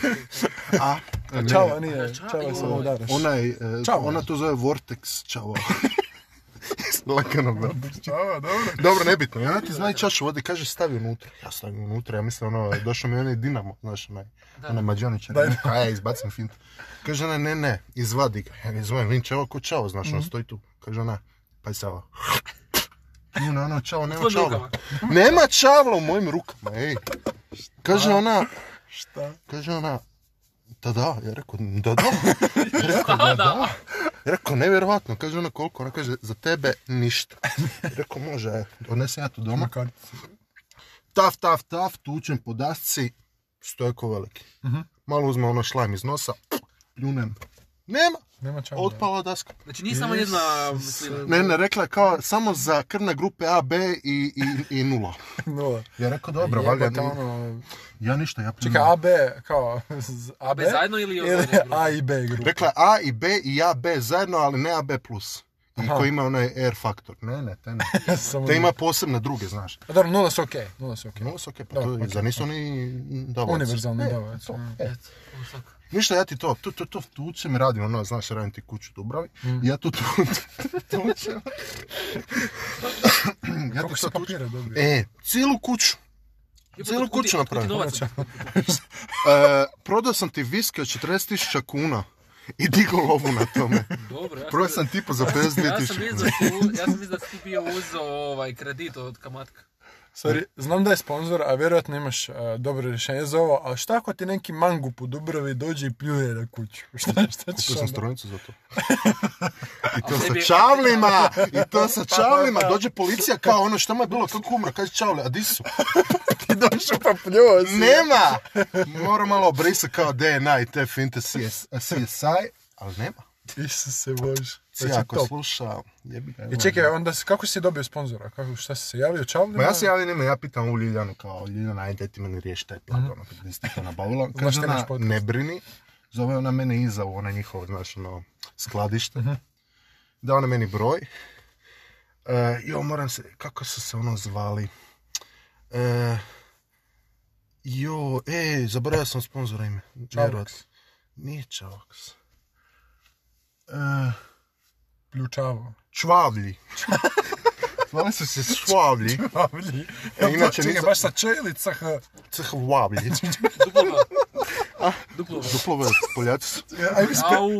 S1: a, E, ne,
S2: Čao, nije.
S3: Čao,
S2: Čao, samo
S3: ovo.
S2: udaraš.
S1: Ona, je, e,
S2: Čavo.
S1: ona to zove Vortex (laughs) čavo. Lakano, bro.
S2: Čao, dobro.
S1: Dobro, nebitno. I ona ti znači čašu vode, kaže stavi unutra. Ja stavim unutra, ja mislim ono, došao mi je onaj Dinamo, znaš onaj, onaj mađoničar. A ja izbacim fint. Kaže ona, ne, ne, izvadi ga. Ja ga izvadim, vidim čavo ko čavo, znaš, on stoji tu. Kaže ona, pa sava. I ona, ono, čavo, nema
S3: Tvojim
S1: čavla.
S3: rukama.
S1: Nema čavla u mojim rukama, ej. Kaže ona,
S2: Šta?
S1: Kaže ona, da da, ja rekao, da (laughs) da, ja rekao, da da, ja rekao, nevjerovatno, kaže ona koliko, ona kaže, za tebe ništa, ja rekao, može, odnesem ja to doma, taf, taf, taf, tučem po dasci, stoje ko veliki, malo uzme ono šlajm iz nosa, pljunem, nema,
S2: Nema čao.
S1: otpala daska.
S3: Znači nije samo jedna slina.
S1: Ne, ne, rekla je kao, samo za krvne grupe A, B i, i, i nula.
S2: (laughs) Nula.
S1: Ja rekao, dobro, valjda,
S2: Jebote, ono...
S1: ja ništa, ja pljunem.
S2: Čekaj, AB, kao... z- AB?
S3: zajedno ili
S2: ili
S3: odvojeno grupa?
S2: A i B grupa?
S1: Rekla je A i B i ja B zajedno, ali ne AB+. I
S2: Aha.
S1: koji ima onaj R faktor. Ne, ne,
S2: (laughs)
S1: te ne.
S2: Samo
S1: Te
S2: nula.
S1: ima posebne druge, znaš.
S2: A Dobro, nula su okej. Nula su okej.
S1: No, s okej, pa to je,
S2: okej,
S1: zar nisu oni davac?
S2: Univerzalni
S1: E,
S2: davac,
S1: to,
S2: mm.
S1: e.
S3: Ovo svako.
S1: Ništa, ja ti to, to, to, to tučem, radim, ono, znaš, radim ti kuću u Dubravi,
S2: Mm.
S1: ja tu tu, tučem.
S2: (coughs)
S1: ja
S2: Kako
S1: ti
S2: se pa-
S1: to tučem.
S2: papira dobio?
S1: E, cijelu kuću. Cijelu
S3: Jebote,
S1: kuću
S3: kuti-
S1: napravim.
S3: kuti novaca.
S1: E, prodao sam ti viske od 40.000 kuna i digao lovu na
S2: (laughs)
S1: tome.
S3: Dobro, ja sam-
S1: Prodao sam tipa za
S3: Ja sam
S1: 52.000
S3: mislio da si u- ja sam mislio da si ti bio uzeo ovaj kredit od kamatka.
S2: Sorry, znam da je sponzor, a vjerojatno imaš a, dobro rješenje za ovo, ali šta ako ti neki mangup u Dubravi dođe i pljuje na kuću? (laughs) Šta, šta ćeš
S1: Kupio sam
S2: onda?
S1: strojnicu za to. I to
S3: A
S1: sa
S3: tebi-
S1: čavlima! I to sa čavlima! Dođe policija kao ono što mu je bilo kako umro, kaže čavle, a di su?
S2: Ti došao pa pljuo si.
S1: Nema! Mora malo obrisati kao DNA i te finte CS, CSI, ali nema.
S2: Isuse Bože.
S1: Znači,
S2: Znači,
S1: ako
S2: top.
S1: sluša, jebi ga.
S2: I čekaj, onda si- kako si dobio sponzora? Kako, šta si se javio čavljima?
S1: Ma ja se javim njima, ja pitam ovu Ljiljanu kao, Ljiljana, ajde ti meni riješi taj plat, ono, gdje si ti to nabavila. Kaže
S2: ti
S1: ona,
S2: naš podcast.
S1: ne brini, zove ona mene iza u onaj njihovo, znaš, ono, skladište. Da ona meni broj. E, jo, moram se, kako su se ono zvali? E, jo, e, zaboravio sam sponzora ime. Vjerojatno. Nije Čavoks. E,
S2: Pljučavo.
S1: čvavlji. Zvali su se Čvavlji.
S2: Čavlji.
S1: E, inače
S2: Čekaj,
S1: nisam-
S2: baš sa čelica. ha.
S1: Cvavlji.
S3: Duplo V. Duplo V.
S1: Duplo V, Poljaci su.
S2: Aj mi, spe...
S3: Au.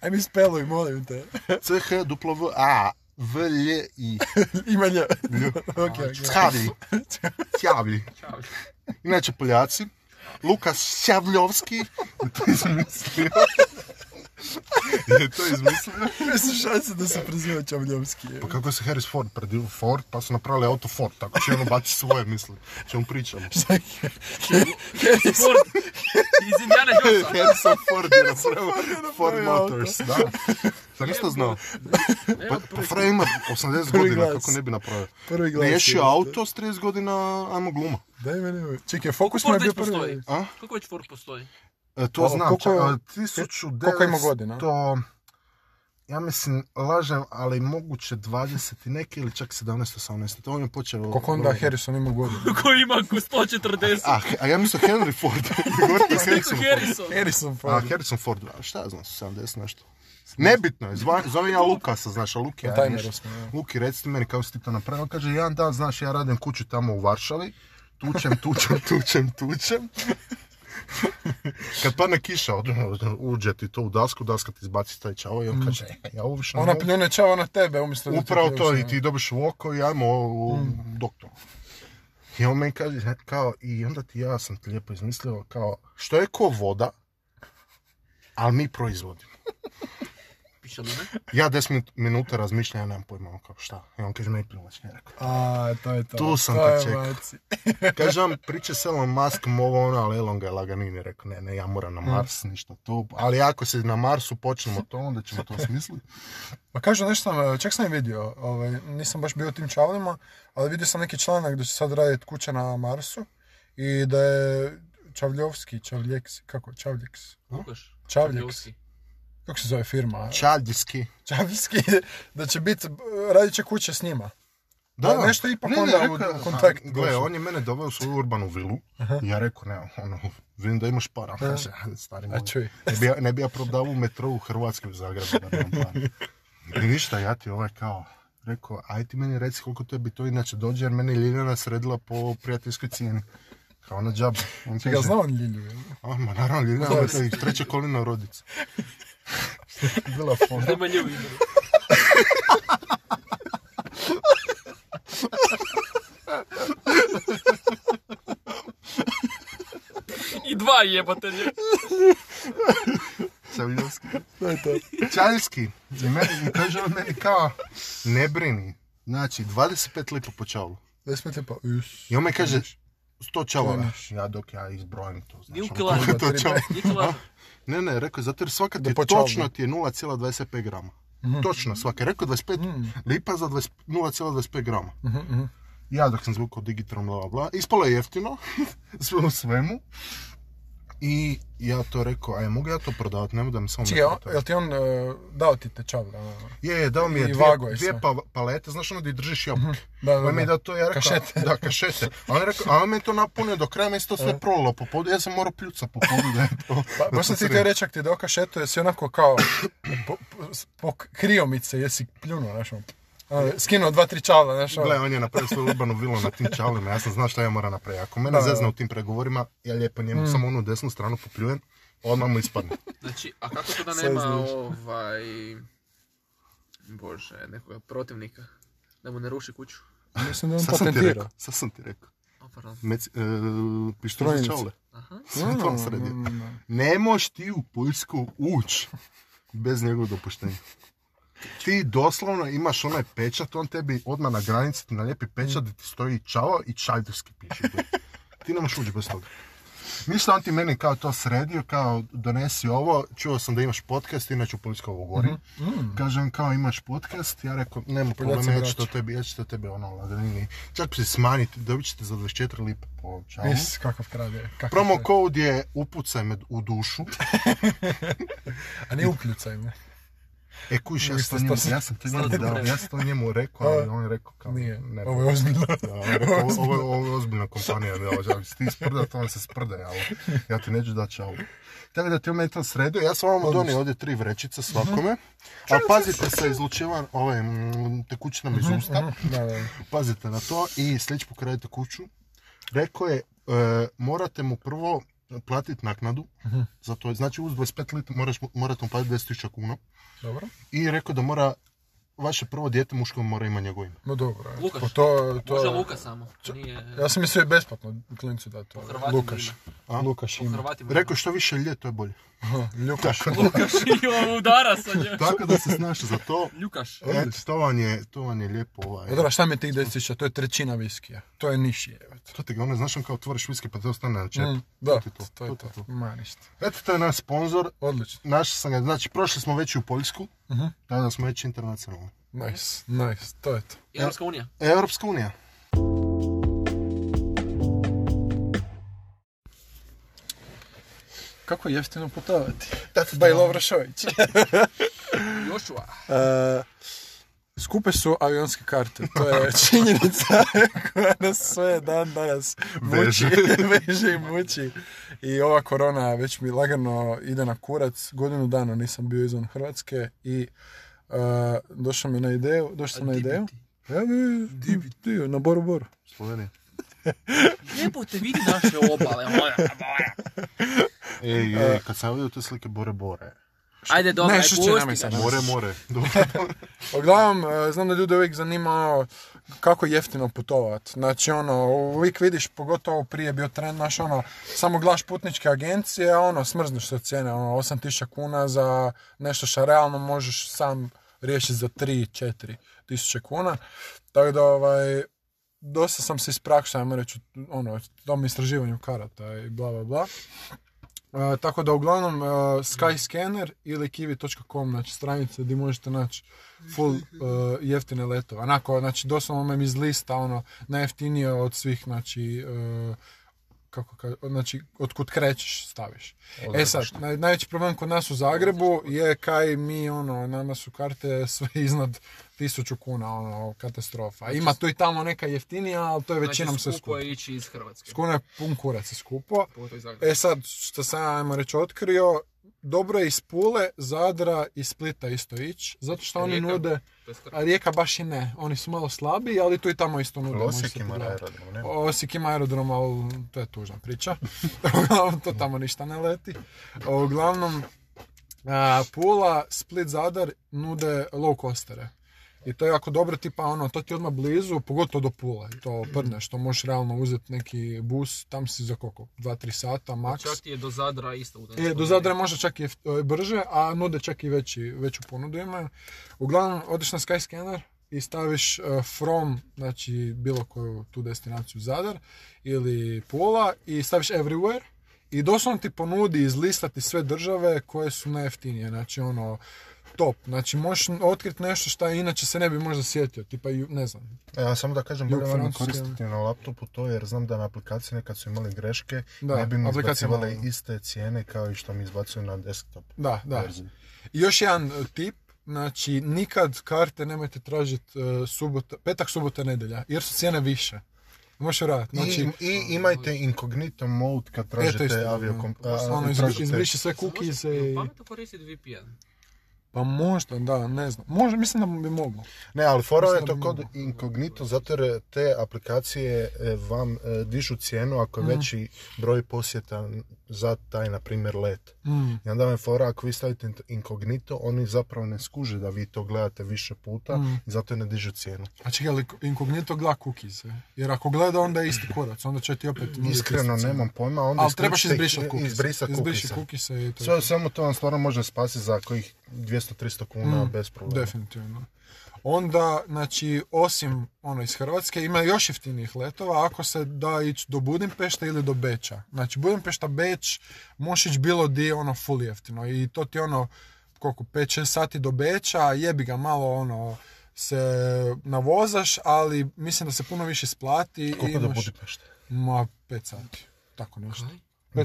S2: Aj mi speluj, molim te.
S1: CH duplo V A V L I
S2: Ima lje. (laughs) Okej, okej.
S1: Čavlji. Čavlji.
S3: Čao.
S1: Inače Poljaci. Lukas Šavljovski. To je izmislio. Je to izmislio.
S2: Mislim šanse da se preziva Čavljovski. je.
S1: Pa kako se Harris Ford predio Ford, pa su napravili auto Ford, tako će ono baci svoje misli. Čemu pričamo?
S2: Šta je?
S3: Ford. Iz Indiana Jonesa.
S1: Harrison Ford je napravio Ford
S2: napravio auto.
S1: Motors, da. Zar niste znao?
S3: Ne,
S1: Pa,
S3: evo,
S1: pa
S3: prvi
S1: Freja ima 80
S2: Prvi
S1: godina,
S2: glas.
S1: kako ne bi napravio.
S2: Prvi glas.
S1: Riješio
S2: je-
S1: auto s 30 godina, ajmo gluma.
S2: Daj me nemoj. Čekaj, fokus mi je
S3: Ford
S2: bio
S3: već
S2: prvi.
S3: postoji.
S1: A?
S3: Koliko već Ford postoji?
S1: E, to
S2: O,
S1: znam,
S2: koliko
S1: čak,
S2: je-
S1: a, 1900...
S2: koliko ima godina?
S1: Ja mislim, lažem, ali moguće 20 i neke ili čak 17, 18. To on je počeo...
S2: Koliko onda Harrison ima (laughs) godina?
S3: Ko ima oko 140?
S1: A, he- a ja mislim Henry Ford. Vi govorite o
S3: Neko
S1: Harrisonu Fordu.
S3: Harrison.
S2: Harrison Ford.
S1: A, Harrison Ford, a šta ja znam, 70 nešto. Nebitno je, zva-
S2: (laughs)
S1: zovem ja Lukasa, znaš, a Luki,
S2: Na
S1: ja
S2: tajmeru
S1: nešto.
S2: smo, ja.
S1: Luki, reci ti meni kako si ti to napravio. On kaže, jedan dan, znaš, ja radim kuću tamo u Varšavi, tučem, (laughs) tučem, tučem, tučem. Kad padne kiša, od- uđe ti to u dasku, daska ti izbaci taj čavo i on kaže, "E, ja ovo više ne
S2: Mm. Ona
S1: mogu."
S2: pljune čava na tebe, umjesto da ti
S1: Upravo
S2: pljuješ
S1: to,
S2: na-
S1: i ti dobiš u oko i ajmo u doktor. I on meni kaže, kao, i onda ti ja sam ti lijepo izmislio, kao, što je ko voda, ali mi proizvodimo.
S3: Piše li ne?
S1: Ja 10 min- minuta razmišljam, ja nemam pojma, on kao, šta? I on kaže, meni pljuvač, ja rekao.
S2: A, to je to.
S1: Tu sam
S2: To
S1: te
S2: je
S1: čekao.
S2: maci.
S1: Kaže on, priče s Elon Muskom, ovo ono, ali Elon ga je laganini, rekao, ne, ne, ja moram na Mars, ništa to. Ali ako se na Marsu počnemo to, onda ćemo to smisliti.
S2: Ma kažu, nešto sam, čak sam i vidio, ovaj, nisam baš bio u tim čavlima, ali vidio sam neki članak da će sad raditi kuća na Marsu i da je Čavljovski, Čavljeks, kako, Čavljeks,
S3: Lukaš?
S2: Čavljeks, kako se zove firma?
S1: Čaljski.
S2: Čavljski, (laughs) da će biti, radit će kuće s njima. Da, nešto ipak onda u-
S1: rekao je,
S2: u kontakt
S1: a, Gle,
S2: došlo.
S1: on je mene doveo u svoju urbanu vilu. I ja rekao, ne, ono, vidim da imaš para. Kaže, "Ajde, stari moj,
S2: A čuj.
S1: ne bi, ja- ne bi ja prodao u metrou u Hrvatskoj u Zagrebu da nemam para." I ništa, ja ti ovaj kao, rekao, aj ti meni reci koliko tebi to inače dođe, jer meni je Ljiljana sredila po prijateljskoj cijeni. Kao na džabe. On
S2: Ti ga
S1: kaže,
S2: znao on Ljilju? jel?
S1: "A, ma naravno, Ljiljana je to i treće kolino
S2: (laughs)
S1: rodica. Bila fora.
S3: Nema ljubi. I dva jebate lje.
S1: Savljovski.
S2: To je to.
S1: Čaljski. I meni, i kaže on meni kao, ne brini. Znači, 25 lipa po čavlu.
S2: Da smo te pa, us.
S1: I on mi kaže, 100 čavara. Ja dok ja izbrojim to, znaš.
S3: Nije u
S1: ono,
S3: kilaži.
S1: koliko je to čavara.
S3: Nije klar.
S1: Ne, ne, rekao je, zato jer svaka ti je,
S2: po čavlu. Mhm.
S1: točno ti je 0,25 grama. Točno, svaka. Rekao je 25 lipa za 20 0,25 grama.
S2: Mhm,
S1: Ja dok sam zvukao digitalno, bla, bla, bla. Ispalo je jeftino, (laughs) sve u svemu. I ja to rekao, aj mogu ja to prodavati, nemoj da mi samo...
S2: Čekaj,
S1: ne
S2: on-
S1: prodaju.
S2: jel ti on e, dao ti te čavle? ono?
S1: Je, je, dao mi je
S2: I
S1: dvije,
S2: vago je
S1: dvije
S2: sve.
S1: pa- palete, znaš ono gdje držiš jabuke.
S2: Da, da,
S1: On mi je
S2: da.
S1: dao to, ja rekao,
S2: Kašete. E.
S1: da, kašete. A on, je rekao, a on mi je to napunio do kraja, mi je to sve prolilo po podu, ja sam morao pljucat po podu da je to...
S2: Pa,
S1: da
S2: baš sam
S1: to
S2: ti
S1: sredim.
S2: htio reći, ako ti doka šetuje, si onako kao po, po, s- po kriomice, jesi pljunuo, znaš, ono, ono, skinuo dva, tri čavla, znaš, ono.
S1: Gle, on je napravio svoju urbanu vilu na tim čavlima, ja sam znao šta ja moram napraviti. Ako mene
S2: Da, da, da. Mm.
S1: zezna u tim pregovorima, ja lijepo njemu samo onu desnu stranu popljujem, odmah mu ispadne.
S3: Znači, a kako to da
S2: Sve
S3: nema
S2: znaš.
S3: ovaj... Bože, nekoga protivnika. Da mu ne ruši kuću.
S2: Mislim da on
S1: Sad sam ti
S2: patentirao.
S1: rekao, sad sam ti rekao.
S3: O, pardon.
S1: Meci, e, pištolj za
S2: Strojnice.
S1: čavle.
S3: Aha.
S1: Sve (laughs) to on sredio.
S2: Mm, mm,
S1: Ne moš ti u Poljsku uć bez njegovog dopuštenja. Ti doslovno imaš onaj pečat, on tebi odmah na granici ti nalijepi pečat gdje ti stoji čao i čaljduski piše. Ti ne možeš ući bez toga. Ništa on ti meni kao to sredio, kao donesi ovo, čuo sam da imaš podcast, inače u Poljskoj ovo govorim. Kažem kao imaš podcast, ja rekao nema problema, ja ću to tebi, ja ću to tebi ono lagrini. Čak si smanjiti, dobit ćete za 24 lipa po čavu.
S2: Is, kakav kralj je. Kakav
S1: Promo
S2: kralj.
S1: kod je upucaj me u dušu.
S2: A ne ukljucaj me.
S1: E kuš, ja
S2: Vi
S1: sam
S2: ste
S1: to njemu,
S2: sto-
S1: ja sam to
S3: sto-
S1: njemu
S3: sto-
S1: dao, ja sam to njemu rekao, ali on je rekao kao...
S2: Nije,
S1: Ne,
S2: ovo je ozbiljno. (laughs)
S1: da, on je rekao, ovo, ovo, je- ovo je ozbiljna kompanija, da, ovo, ako si ti sprda, to vam se sprda, ja, ja ti neću dati čao. Tako da ti on meni to sredio, ja sam vam donio ovdje tri vrećice svakome,
S2: Mhm.
S1: a pazite se izlučivan, ovaj, mm, tekućina mi
S2: Mhm,
S1: iz usta,
S2: Da, da.
S1: pazite na to i sljedeći put kad radite kuću, rekao je, e, morate mu prvo platiti naknadu,
S2: Mhm.
S1: za to, znači uz 25 litra moraš, mu- morate mu platiti 10.000 kuna
S2: Dobro?
S1: i rekao da mora vaše prvo dijete muško mora ima njegovo ime.
S2: No dobro. eto,
S3: Lukaš.
S2: pa To, to,
S3: Može Luka samo. Nije...
S2: е Ja sam mislio i besplatno klincu da to.
S3: Hrvatima
S2: Lukaš.
S3: ime.
S1: A?
S2: Luka
S3: Po
S2: Šima.
S3: Hrvatima.
S1: Rekao što više lje, to je bolje.
S2: Ljukaš.
S3: Lukaš i ovo udara
S2: (laughs)
S3: sa nje.
S1: Tako da se znaš za to.
S3: Ljukaš.
S1: Eto, to vam je, to vam je lijepo ovaj.
S2: Dobra, šta mi je tih 10.000? To je trećina viskija. To je niši jebate.
S1: To ti ga ono, znaš on kao otvoriš viski pa to ostane na čep.
S2: Mm, da,
S1: To ti to,
S2: to je
S1: to
S2: to.
S1: ti to.
S2: Ma, ništa.
S1: Eto, to je naš sponsor.
S2: Odlično.
S1: Naš sam ga, znači, prošli smo već i u Poljsku,
S2: Mhm.
S1: tako da smo već internacionalni.
S2: Nice, nice. To je to.
S3: Europska unija.
S1: Europska unija.
S2: Kako je jeftino putovati?
S1: Tako
S2: By Lovrošović.
S3: Joshua.
S2: E, skupe su avionske karte, to (laughs) je činjenica koja nas sve dan danas muči, (laughs) veže i muči. I ova korona već mi lagano ide na kurac, godinu dana nisam bio izvan Hrvatske i e, došao mi na ideju, došao sam na ideju. Ja bi- ti- ti, na Boru Boru.
S1: Slovenija.
S3: Jebote, vidi naše obale, ono, moja, moja.
S1: Ej, ej, kad sam vidio te slike Bore Bore.
S3: Ajde, dobro,
S2: Ne,
S3: aj,
S2: šušće,
S3: pusti
S2: nemoj
S3: ga.
S2: sad.
S1: More, more. (laughs) Dobro.
S2: Uglavnom, e, znam da ljude uvijek zanima e, kako jeftino putovat. Znači, ono, uvijek vidiš, pogotovo prije je bio trend naš, ono, samo glaš putničke agencije, a ono, smrzneš se cijene, ono, 8000 kuna za nešto što realno možeš sam riješiti za 3-4 tisuće kuna. Tako da, ovaj, dosta sam se isprakšao, ajmo reći, u ono, tom istraživanju karata i bla, bla, bla. E, tako da uglavnom e, Skyscanner ili kiwi.com, znači stranica gdje možete naći full e, jeftine letove. Onako, znači doslovno vam iz lista ono najjeftinije od svih, znači e, kako ka, znači od kud krećeš staviš. E sad, naj, najveći problem kod nas u Zagrebu je kaj mi ono, nama su karte sve (laughs) iznad tisuću kuna, ono, katastrofa. Ima tu i tamo neka jeftinija, ali to je većinom
S3: znači,
S2: sve
S3: skupo
S2: skupo.
S3: je ići iz Hrvatske.
S2: Skupo je pun kurac je skupo.
S3: Pogotovo iz Zagreba.
S2: E sad, što sam ja, ajmo reći, otkrio, dobro je iz Pule, Zadra i Splita isto ići, zato što oni
S3: Rijeka?
S2: nude,
S3: To je skoro.
S2: a Rijeka baš i ne, oni su malo slabiji, ali tu i tamo isto nude. može se
S1: Osijek ima
S2: pogledati.
S1: aerodrom, ne?
S2: Osijek ima aerodrom, ali to je tužna priča. (laughs) Uglavnom, to tamo ništa ne leti. Uglavnom, a, Pula, Split, Zadar nude low costere. I to je jako dobro, tipa ono, to ti je odmah blizu, pogotovo do Pule, to prdne, što možeš realno uzeti neki bus, tam si za koliko, 2-3 sata, maks.
S3: Čak ti je do Zadra isto udaljeno.
S2: E, do Zadra može čak i jeft- e, brže, a nude čak i veći, veću ponudu imaju. Uglavnom, odeš na Skyscanner i staviš e, from, znači bilo koju tu destinaciju Zadar ili Pula i staviš everywhere i doslovno ti ponudi izlistati sve države koje su najjeftinije, znači ono top, znači možeš otkriti nešto što inače se ne bi možda sjetio, tipa ju- ne znam,
S1: Ja E, samo da kažem,
S2: Jug
S1: bolje vam je
S2: Francuske.
S1: koristiti na laptopu to jer znam da na aplikaciji nekad su imali greške,
S2: Da,
S1: ne bi mi
S2: aplikacija
S1: izbacivale
S2: malo.
S1: iste cijene kao i što mi izbacuju na desktop.
S2: da, da.
S1: verziji.
S2: I još jedan e, tip, znači nikad karte nemojte tražiti e, subota, petak, subota, nedelja, jer su cijene više. Možeš raditi. Znači,
S1: I, I imajte incognito mode kad tražite
S2: isto, da.
S1: aviokom... a,
S2: ono, izbri-
S1: tražite-
S2: izbriši sve
S3: Samo što-
S2: cookies
S3: jel
S2: i...
S3: Pametno koristiti VPN.
S2: Pa možda, da, ne znam. Možda, mislim da bi moglo.
S1: Ne, ali fora
S2: Mislim
S1: je
S2: da
S1: to
S2: bi
S1: kod
S2: mogao.
S1: inkognito, zato jer te aplikacije e, vam e, dižu cijenu ako je veći broj posjeta za taj, na primjer, let.
S2: Mm.
S1: I onda vam je fora, ako vi stavite int- inkognito, oni zapravo ne skuže da vi to gledate više puta
S2: Mm.
S1: i zato ne dižu cijenu.
S2: A čekaj, ali inkognito gleda cookies. e? Jer ako gleda, onda je isti korac. Onda će ti opet... nuditi
S1: Iskreno
S2: istu cijenu.
S1: nemam pojma, onda
S2: Ali trebaš
S1: isključite-
S2: izbrisati cookies.
S1: izbrisati
S2: Izbriši
S1: cookiese.
S2: cookies i to je
S1: Sve u
S2: to.
S1: svemu to vam stvarno može spasiti za kojih 200-300 kuna
S2: Mm,
S1: bez problema.
S2: Definitivno. Onda, znači, osim ono iz Hrvatske, ima još jeftinijih letova ako se da ići do Budimpešte ili do Beča. Znači, Budimpešta, Beč, možeš ići bilo di ono full jeftino. I to ti ono, koliko, 5-6 sati do Beča, jebi ga malo ono, se navozaš, ali mislim da se puno više isplati.
S1: Koliko
S2: i
S1: da
S2: imaš-
S1: Budimpešte?
S2: Ma, 5 sati. Tako nešto.
S3: Kaj?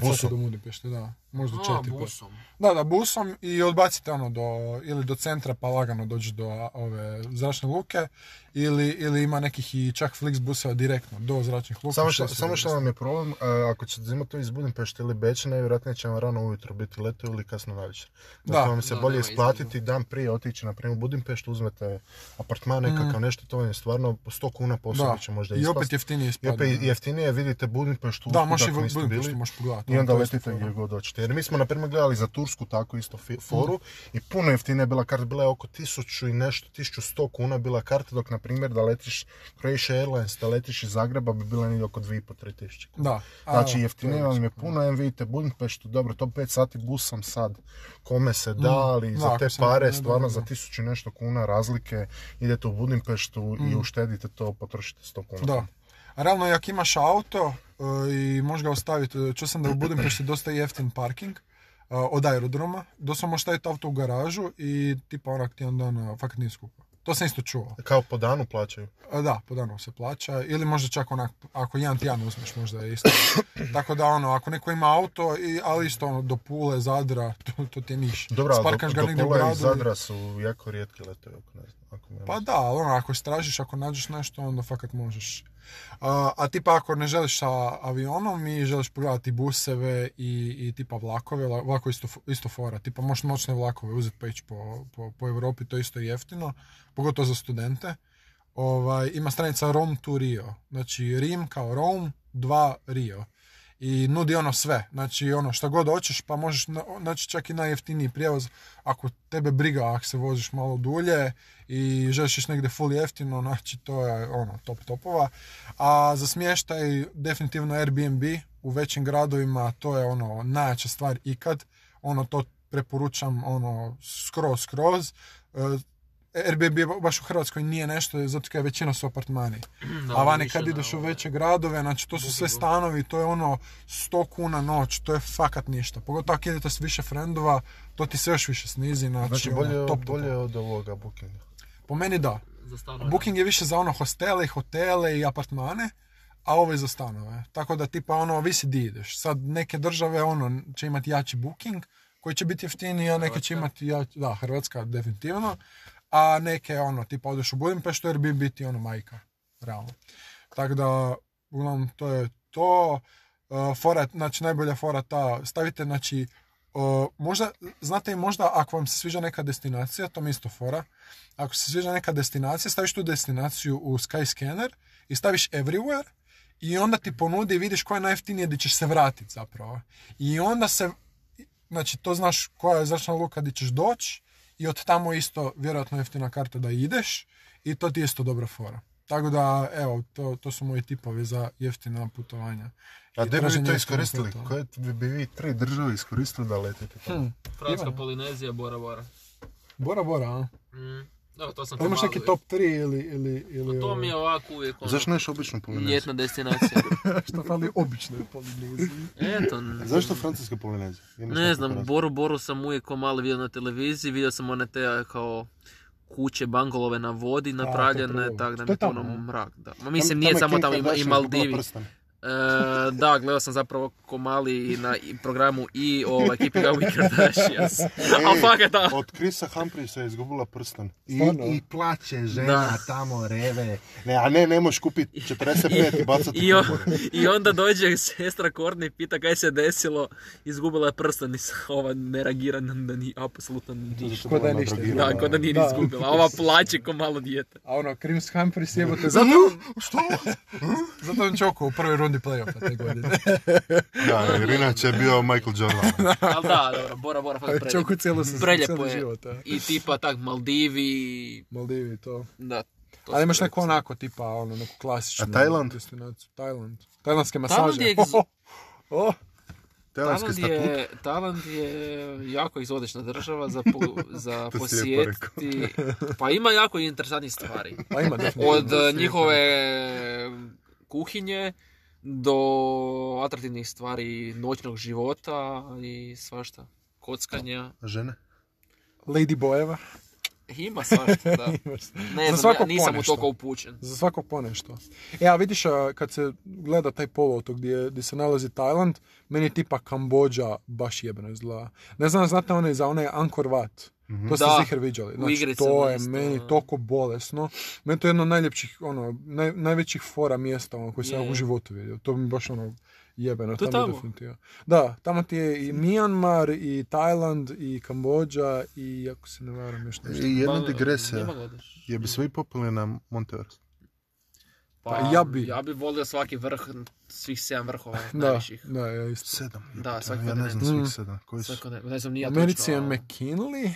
S2: 5 sati
S1: Busom?
S2: do Budimpešte, da. Možda 4 (clears throat)
S3: A, busom.
S2: da, da, busom i odbacite ono do, ili do centra pa lagano dođe do a, ove zračne luke ili, ili ima nekih i čak Flixbuseva buseva direktno do zračnih luka.
S1: Samo što,
S2: se
S1: samo što
S2: dosta.
S1: vam je problem, e, ako ćete zimati to iz Budimpešte ili Beča, najvjerojatnije će vam rano ujutro biti leto ili kasno navečer. Zato
S2: Da.
S1: vam se
S3: Da,
S1: bolje
S3: nema
S1: isplatiti dan prije otići na primjer u Budimpeštu, uzmete apartman nekakav nešto, to vam je stvarno 100 kuna po osobi će možda
S2: Mm. da, i
S1: ispast.
S2: opet jeftinije
S1: I
S2: ispadne.
S1: opet jeftinije vidite Budimpeštu,
S2: Pa da,
S1: usput
S2: možeš i
S1: ako
S2: u
S1: niste bili,
S2: Budimpeštu, možeš pogledati.
S1: i onda
S2: to je isto
S1: letite
S2: fora.
S1: gdje god hoćete. Jer mi smo, na primjer, gledali za Tursku tako isto fi- foru i puno jeftinija je bila karta. Bila je oko 1000 i nešto, 1100 kuna bila karta, dok, na primjer, da letiš Croatia Airlines, da letiš iz Zagreba bi bila negdje oko 2500-3000 kuna.
S2: Da. a,
S1: Znači,
S2: to
S1: jeftinije
S2: je
S1: vam je puno, em vidite Budimpeštu, dobro, to 5 sati busom sad, kome se da, ali
S2: Mm, Da,
S1: za
S2: ako
S1: te
S2: se ne
S1: pare,
S2: da,
S1: stvarno
S2: da.
S1: za tisuću i nešto kuna razlike, idete u Budimpeštu i uštedite to, potrošite 100 kuna.
S2: Mm. Da. A realno, ako imaš auto e, i možeš ga ostaviti, e, čuo sam da u Budimpešti dosta jeftin parking e, od aerodroma, doslovno možeš staviti auto u garažu i tipa onak ti onda ono, fakat nije skupo. To sam isto čuo.
S1: Kao po danu plaćaju.
S2: E, Da, po danu se plaća, ili možda čak onak, ako jedan tijan uzmeš, možda
S1: (clears throat)
S2: je isto. Tako da ono, ako neko ima auto, i, ali isto ono, do Pule, Zadra, to, to ti je niš.
S1: Dobro, ali
S2: Sparkaš
S1: do,
S2: ga
S1: do
S2: negdje u
S1: Pula i
S2: gradu i-
S1: Zadra su jako rijetki letovi, ako ne znam. Ako ne
S2: Pa da, ali ono, ako istražiš, ako nađeš nešto, onda fakat možeš. A, a tipa ako ne želiš sa avionom i želiš pogledati buseve i, i tipa vlakove, vla- vlakovi isto, f- isto fora, tipa možeš noćne vlakove uzeti pa ići po, po, po Europi, to je isto jeftino, pogotovo za studente. Ovaj, ima stranica Rom to Rio, znači Rim kao Rome, dva Rio. I nudi ono sve, znači ono šta god hoćeš, pa možeš na- naći čak i najjeftiniji prijevoz ako tebe briga, ako se voziš malo dulje i želiš ići negdje full jeftino, znači to je ono top topova. A za smještaj definitivno Airbnb u većim gradovima to je ono najjača stvar ikad. Ono to preporučam ono skroz skroz. E, Airbnb baš u Hrvatskoj nije nešto, zato kaj većina su apartmani. A vani kad ideš u veće gradove, znači to su sve stanovi, to je ono 100 kuna noć, to je fakat ništa. Pogotovo ako idete s više frendova, to ti se još više snizi, znači,
S1: Znači,
S2: ono,
S1: bolje,
S2: top, top.
S1: bolje od ovoga bookinga.
S2: Po meni da.
S3: Za stanove.
S2: Booking je više za ono hostele i hotele i apartmane, a ovo je za stanove. Tako da tipa ono, visi di ideš. Sad neke države ono će imati jači booking, koji će biti jeftiniji, a neke će imati jači, da, Hrvatska definitivno, a neke ono, tipa odeš u Budimpeštu jer bi biti ono majka, realno. Tako da, uglavnom, to je to. E, fora, znači najbolja fora ta, stavite, znači, o, možda, znate i možda ako vam se sviđa neka destinacija, to mi je isto fora, ako se sviđa neka destinacija, staviš tu destinaciju u Skyscanner i staviš everywhere i onda ti ponudi i vidiš koja je najjeftinija gdje ćeš se vratiti zapravo. I onda se, znači to znaš koja je zračna luka gdje ćeš doći i od tamo isto vjerojatno jeftina karta da ideš i to ti je isto dobra fora. Tako da, evo, to, to su moji tipovi za jeftina putovanja.
S1: A
S2: I
S1: gdje bi vi
S2: traženje
S1: to
S2: jeftinih
S1: iskoristili?
S2: putova.
S1: Koje bi, bi vi tri države iskoristili da letite tamo?
S2: Hm,
S3: Francuska
S2: Ivane.
S3: Polinezija, Bora Bora.
S2: Bora, bora, a?
S3: Mm. Evo, to sam
S2: A Imaš
S3: pomalo
S2: neki
S3: uvijek.
S2: top 3 ili... ili, ili
S3: To mi je
S2: ovo,
S3: ovako uvijek ono,
S1: Zašto neš obično Polinezija?
S3: ljetna
S1: (laughs)
S3: destinacija.
S2: Što fali običnoj Polineziji.
S3: Eto, n-
S1: Zašto francuska Polinezija? Imaš
S3: Ne
S1: neku
S3: znam,
S1: razliku?
S3: Boru Boru sam uvijek ko malo vidio na televiziji, vidio sam one te e, kao kuće, bangolove na vodi napravljene,
S2: prvo.
S3: tako
S2: To
S3: da mi
S2: je
S3: je to
S2: tamo,
S3: ono
S2: ne?
S3: mrak, da. Ma
S1: Tam-
S3: mislim, nije
S1: je
S3: samo
S1: Kim
S3: tamo, ima i
S1: Kardashian
S3: Maldivi.
S1: kupila prsten.
S3: E, da, gledao sam zapravo ko mali i na i programu i ovaj Keeping Up With Kardashians. A
S1: Ej,
S3: fakat da.
S1: Od Krisa Humphriesa je izgubila prsten. I,
S2: Stvarno?
S1: i plaće žena
S3: Da.
S1: tamo reve. Ne, a ne, ne možeš
S3: (laughs)
S1: kupiti 45 i bacati
S3: I, o-
S1: u more.
S3: I onda dođe sestra Korne i pita kaj se desilo, izgubila je prsten i s- ova ne reagira na, na ni, apsolutno ništa.
S1: Zato
S2: Ko da je
S1: bila
S2: ništa.
S1: nadrogirana.
S3: Da, ko da nije ni
S2: Da.
S3: izgubila. Ova plaće ko malo dijete.
S2: A ono, Krims Humphries jebote,
S1: Zato...
S2: zato, (laughs)
S1: Što?
S2: zato je on čoko u prvoj rundi playoffa te godine.
S1: Da, jer inače je bio Michael Jordan.
S3: Ali (laughs) da, dobro, Bora
S2: (laughs)
S3: Bora fakat preljepo.
S2: čoko cijelo se
S3: Preljepo
S2: cijeli
S3: je.
S2: život. a.
S3: I tipa tak Maldivi,
S2: Maldivi to.
S3: da. to
S2: Ali
S3: su
S2: imaš
S3: pre-
S2: neku onako tipa, ono, neku klasičnu
S1: A Tajland?
S2: destinaciju. Tajland. Tajlandske masaže.
S3: Tajland je egzo-
S2: (laughs) Oh,
S1: Telanski
S3: Tajland
S1: statut.
S3: je, Tajland je jako egzotična država za,
S2: (laughs)
S3: po- za
S1: To si lijepo
S3: posjetiti. Pa ima jako interesantnih
S2: (laughs)
S3: stvari.
S2: pa ima definitivno.
S3: Od eh, njihove kuhinje do atraktivnih stvari noćnog života i svašta. Kockanja.
S1: Žene?
S2: Lady (laughs) Bojeva.
S3: Ima svašta,
S2: (laughs)
S3: da. Ne
S2: Za
S3: znam,
S2: svako
S3: ja nisam u
S2: ponešto.
S3: to kao upućen.
S2: Za svako ponešto. E, a vidiš, a, kad se gleda taj poluotok gdje, gdje se nalazi Tajland, meni je tipa Kambođa baš jebeno izgleda. Ne znam, znate one za onaj Angkor Wat? To ste
S3: Da.
S2: zihar viđali.
S3: U
S2: Znači,
S3: igricama
S2: to je
S3: isto,
S2: meni
S3: da.
S2: toliko bolesno. Meni je to jedno od najljepših, ono, naj, najvećih fora mjesta ono, koje sam
S3: Je.
S2: u životu vidio. To mi baš ono jebeno.
S3: To je
S2: tamo. je
S3: tamo.
S2: definitivno. Da, tamo ti je i Mijanmar, i Tajland, i Kambođa, i ako se ne varam još nešto.
S3: Pa,
S1: I jedna
S3: Ba-
S1: digresija.
S3: Nema godiš.
S1: Je bi svi popili na Monteverest?
S2: Pa ja bi.
S3: Ja bi volio svaki vrh, svih 7 vrhova
S2: Da,
S3: najviših.
S2: da, ja isto.
S1: Sedam.
S3: Da,
S1: jebote, ono,
S3: svaki
S1: Ja ne znam
S2: kontinent. Mm.
S1: svih sedam. Koji su?
S3: Sve kod- Ne znam, nije
S2: U Americi je
S3: točno, ali-
S2: McKinley,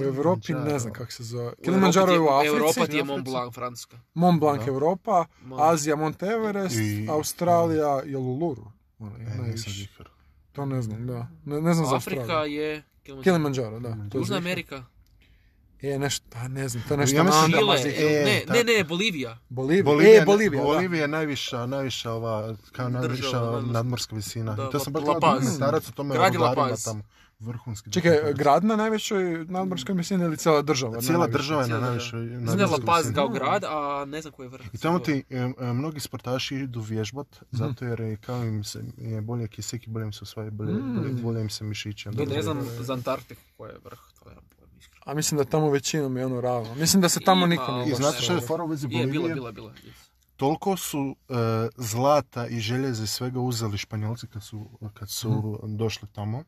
S2: u Europi
S1: ono.
S2: ne znam kako se zove.
S3: U
S2: Kilimanjaro je u
S3: Europi ti-
S2: Africi,
S3: Europa ti je
S1: Africi.
S3: Mont Blanc, Francuska.
S2: Mont Blanc
S1: Da.
S2: Europa,
S3: Mont-
S2: Azija Mont Everest,
S1: I-
S2: Australija je Luluru. Ono,
S1: E, nisam
S2: najviše.
S1: žikar.
S2: To ne znam, da. Ne, ne znam za
S3: Afrika
S2: Australiju.
S3: je... Kilimanjaro.
S2: Kilimanjaro, da. to je
S3: Južna
S2: Zika.
S3: Amerika.
S2: Je nešto, a pa ne znam, to je nešto
S1: Ja mislim
S2: Andama,
S3: Chile.
S2: Zika.
S1: e,
S3: Ne,
S1: tako.
S3: ne, ne, Bolivija.
S2: Bolivija.
S1: Bolivija,
S2: e, Bolivija, da.
S1: Bolivija je najviša, najviša ova, kao
S3: Država,
S1: najviša
S3: nadmorska.
S1: nadmorska visina.
S3: Da,
S1: I to sam baš
S3: La
S1: gledao
S3: Paz.
S1: dokumentarac o tome
S3: Grad je La
S1: rudarima
S3: Paz.
S1: tamo. Vrhunski.
S2: Čekaj,
S1: dokumentarac.
S2: grad na najvećoj nadmorskoj visini ili cijela država? na
S1: Cijela
S2: najvećoj?
S1: država je na
S3: Cijela
S1: najvišoj
S3: Znam da je La
S1: nadmorskoj
S3: Paz
S1: visini.
S3: kao grad, a ne znam koji je vrh.
S1: I tamo ti e, e, mnogi sportaši idu
S3: Mhm.
S1: vježbat, zato jer je, kao im se, je bolje kisik, bolje im se osvaja, bolje, bolje, bolje im se mišići. onda
S3: I Mhm. ne
S1: bolje-
S3: znam za Antarktiku koji je vrh, to je pojma iskreno.
S2: A mislim da tamo većinom je ono ravno. Mislim da se tamo
S3: Ima-
S2: niko nije
S3: I
S1: I
S2: baš
S1: znate što je
S2: sreo.
S1: fora u vezi
S3: Je, bila,
S1: Bolivije?
S3: bila, bila. yes.
S1: Toliko su e, zlata i željeza i svega uzeli Španjolci kad su, kad su došli tamo,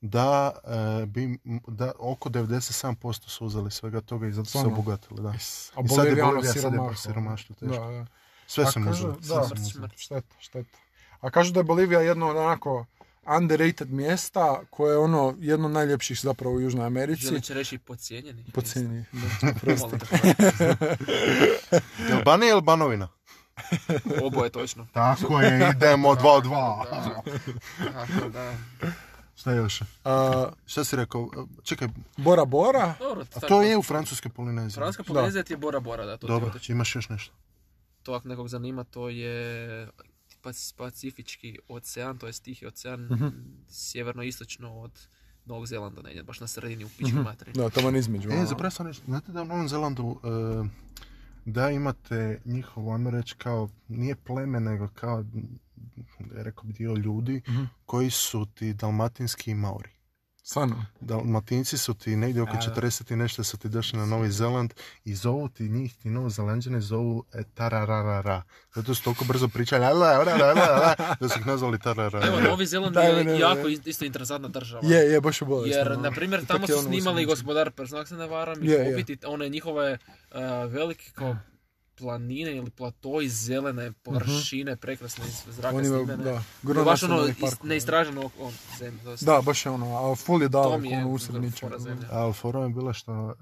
S1: da, e, bi, m- da oko 97% su uzeli svega toga i zato su se
S2: Stvarno?
S1: obogatili. Da.
S2: A
S1: I sad je
S2: Bolivija ono
S1: Bolivija, sad je baš
S2: siromaštvo.
S1: siromaštvo,
S2: Da,
S1: teško.
S2: da.
S1: Sve
S2: A
S1: sam
S2: kažu-
S1: uzeli.
S2: da.
S1: sve sam uzeli.
S3: Smrt.
S2: Šteta, šteta. A kažu da je Bolivija jedno od onako underrated mjesta koje je ono jedno od najljepših zapravo u Južnoj Americi.
S3: Želim će reći pocijenjeni.
S2: Po cijeni. (laughs)
S3: Molim te,
S1: Jel Bane ili Banovina?
S3: Oboje
S2: (laughs)
S3: točno.
S1: Tako (laughs) je, idemo dva od dva.
S3: Da. Tako da.
S1: Šta još?
S2: A,
S1: Šta si rekao? E, Čekaj,
S2: Bora Bora,
S3: Dobro,
S1: a
S3: tako.
S1: to je u Francuskoj Polineziji.
S3: Francuska Polinezija ti je Bora Bora, da, to ti je
S1: Dobro,
S3: otoč.
S1: imaš još nešto.
S3: To ako nekog zanima, to je Pac- Pacifički ocean, to je Tihi ocean,
S2: Mhm.
S3: sjeverno-istočno od Novog Zelanda, negdje, baš na sredini u pičku materiju.
S2: Mhm. da, tamo između.
S1: E,
S2: ono.
S1: zapravo sam nešto, znate da u Novom Zelandu e, da imate njihov, ajmo reći, kao, nije pleme, nego kao, m, rekao bi dio ljudi,
S2: Mhm.
S1: koji su ti dalmatinski maori.
S2: Stvarno.
S1: Dalmatinci su ti negdje oko
S2: A, da.
S1: 40 i nešto su ti došli na Novi Zeland i zovu ti njih, ti novozelanđani zovu e, tarararara. Zato su toliko brzo pričali, "Ala, ala, ala, ala", da su ih nazvali
S3: Evo,
S1: tarararara.
S3: Novi Zeland
S2: Daj mi,
S3: je
S2: ne, ne,
S3: jako
S2: ne.
S3: is- isto interesantna država.
S2: Je, je, baš je bolesno.
S3: Jer,
S2: ono.
S3: na primjer,
S2: I
S3: tamo
S2: tak je
S3: su
S2: ono
S3: snimali
S2: usamljeno.
S3: gospodar Prstnog, ako se ne varam, i
S2: Je, Mhm. je.
S3: Hobbit, i one njihove uh, velike kao planine ili platoi, zelene površine, prekrasne iz zraka
S2: Mhm. Oni imaju,
S3: snimene.
S2: da,
S3: To je
S2: Gro
S3: baš ono
S2: nacionalnih
S3: is-
S2: parkova.
S3: neistraženo ok- on, zemlje. dosta.
S2: Da, baš je ono, a full je
S3: to
S2: daleko,
S3: mi je
S2: ono
S3: fora
S2: usredničeno.
S3: zemlja.
S1: Ali fora je bila što e,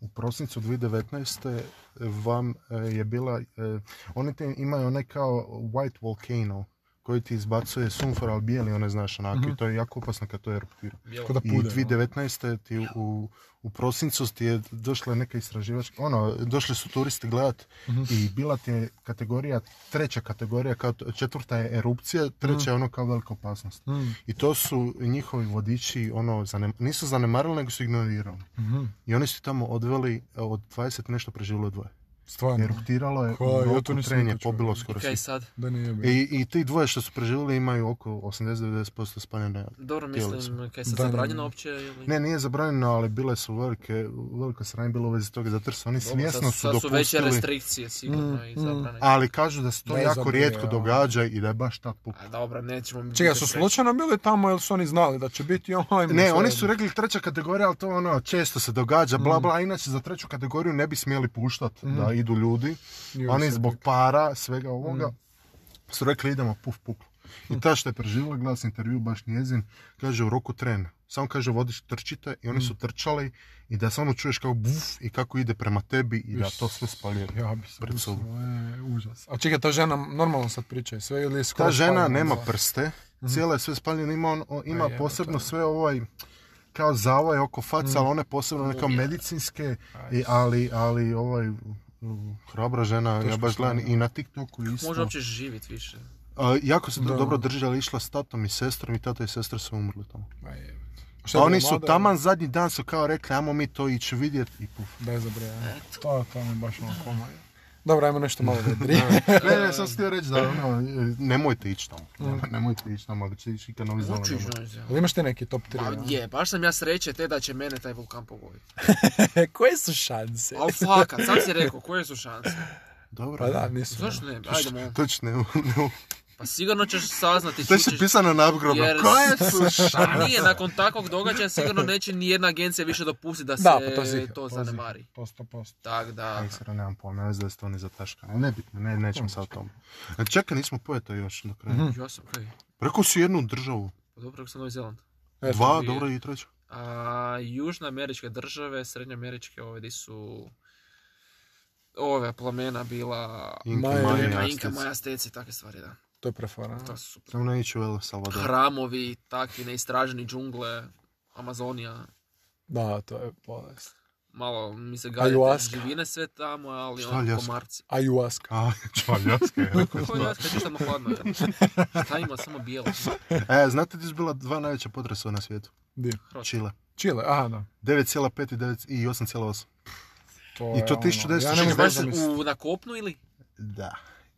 S1: u prosincu 2019. vam e, je bila, e, oni te imaju onaj kao white volcano koji ti izbacuje sumfor, ali bijeli one, znaš, onako, i to je jako opasno kad to eruptira.
S3: Bijelo.
S2: Ko da
S1: I
S2: pude. ono.
S1: 2019. ti u, u prosincu ti je došla neka istraživačka, ono, došli su turisti gledat i bila ti je kategorija, treća kategorija, kao, t- četvrta je erupcija, treća je ono kao velika opasnost.
S2: Mm.
S1: I to su njihovi vodiči, ono, zanem, nisu zanemarili, nego su ignorirali.
S2: Mhm.
S1: I oni su tamo odveli, e, od 20 nešto preživjelo je dvoje.
S2: Stvarno,
S1: Eruptiralo je,
S2: Ko, ja
S1: u
S2: to
S1: roku
S2: nisam
S1: tren je
S2: nikad čuo.
S1: pobilo skoro sve.
S3: Kaj sad?
S2: da nije bilo.
S1: I, I ti dvoje što su preživjeli imaju oko 80-90% spaljene
S3: Dobro,
S1: Tijelo
S3: mislim, kaj sad
S2: Da, ne,
S3: zabranjeno
S2: ne.
S3: uopće ili...
S1: Ne, nije zabranjeno, ali bile su velike, veliko sranje bilo u vezi toga, zato jer su oni
S3: Dobro,
S1: svjesno
S3: sad,
S1: su
S3: sad su veće
S1: dopustili,
S3: restrikcije sigurno
S2: Mm,
S3: i zabrane.
S1: ali kažu da se to
S2: Ne
S1: jako
S2: znam,
S1: rijetko
S2: ja.
S1: događa i da je baš tad puk.
S3: A dobro, nećemo... mi
S2: Čega,
S3: biti
S2: su
S3: srećni.
S2: slučajno bili tamo ili su oni znali da će biti ono, online?
S1: Ne, oni su rekli treća kategorija, ali to ono, često se događa,
S2: Mm.
S1: bla bla, a inače za treću kategoriju ne bi smjeli puštat da idu ljudi,
S2: Ju,
S1: oni
S2: sad
S1: zbog para, svega ovoga,
S2: Mm.
S1: pa su rekli idemo puf puk. I ta što je preživjela, glas intervju, baš njezin, kaže u roku trena. Samo kaže vodič trčite i oni
S2: Mm.
S1: su trčali i da samo čuješ kao buf i kako ide prema tebi i da to sve spaljuje.
S2: Ja bi se
S1: Pred sobom.
S2: mislio, e, užas. A čekaj, ta žena normalno sad priča i sve ili je skoro
S1: Ta žena
S2: spaljena
S1: nema
S2: za- Mhm. Pa
S1: prste, cijela je sve spaljena, ima, on, o- ima
S2: jebote.
S1: posebno sve ovaj kao zavaj oko
S2: Mhm.
S1: faca, ali one posebno neke kao medicinske, i, ali, ali ovaj mm, hrabra žena, ja
S2: Teško
S1: baš gledam
S2: stanje.
S1: i na TikToku isto.
S3: Može uopće živit više.
S1: A, jako se
S2: Da.
S1: dobro držala, išla s tatom i sestrom i tata i sestra su umrli tamo.
S2: Ma je.
S1: A
S2: Šta je
S1: oni
S2: bila
S1: su
S2: mlada?
S1: taman zadnji dan su kao rekli, ajmo mi to ići vidjet i puf.
S2: (laughs) Daj za bre, ja. To, to mi je baš ono koma. Dobro, ajmo nešto malo vedrije.
S1: (laughs) Ne, ne, sam htio reći da ono, e, nemojte ići tamo. Nemo- Nemojte ići tamo, ako će ići ikad novi Zeland,
S3: Učiš, ono.
S1: nemojte.
S2: Ali imaš ti neki top ono? 3?
S3: Pa je, baš sam ja sreće te da će mene taj vulkan pogoditi.
S2: Koje su šanse?
S3: Al fakat, sad si rekao, koje su šanse?
S1: Dobro.
S2: Pa da, nisu.
S3: Zašto ne? Ajde, molim.
S1: Točno, ne, ne,
S3: Pa sigurno ćeš saznati,
S1: To je
S3: čućeš,
S1: pisano na upgradu.
S3: jer
S1: Koje
S3: (laughs)
S1: su
S3: a
S1: šanse?
S3: nije, nakon takvog događaja sigurno neće ni jedna agencija više dopustiti da se
S2: Da, pa to si-
S3: to,
S2: to si-
S3: zanemari.
S2: To sto posto.
S3: Tak da,
S1: Aj, stvarno nemam pojma, ne znam da se to ne zataška. Ali nebitno, ne, nećemo sad o tomu. E, Čekaj, nismo pojeto još do kraja.
S2: Mhm.
S3: ja sam, okej.
S1: Rekao si jednu državu.
S3: Pa dobro, rekao sam Novi Zeland.
S2: Eto,
S1: Dva,
S3: dvije.
S1: dobro i treća.
S3: A, južnoameričke države, srednjoameričke, ove di su ove plemena bila
S1: Inka,
S2: Maja,
S1: Maja,
S3: Plema,
S1: Azteci.
S3: Inka, Maja, Steci, takve stvari, da.
S2: To je prefarano.
S3: To su super.
S1: Samo ne ići u El Salvador.
S3: Hramovi, takvi neistraženi džungle, Amazonija,
S2: Da, to je bolest.
S3: malo mi se gaje
S2: Ayahuasca.
S3: živine sve tamo, ali
S1: Šta
S3: ono,
S1: Aljaska?
S3: komarci.
S2: Ayahuasca.
S1: A,
S2: (laughs)
S1: čvaljaske.
S3: Kako je Aljaska, čistamo hladno je. Šta ima, samo bijelo.
S1: e, znate gdje su bila dva najveća potresa na svijetu?
S2: Di?
S3: Hrvatska.
S1: Čile.
S2: Čile, aha, da.
S1: 9,5 i 9 i 8,8.
S2: To
S1: I
S2: je
S1: to
S2: ono,
S1: 1960.
S2: ja ne mogu
S1: Znaš,
S2: zamisliti.
S3: U, na kopnu ili?
S1: Da.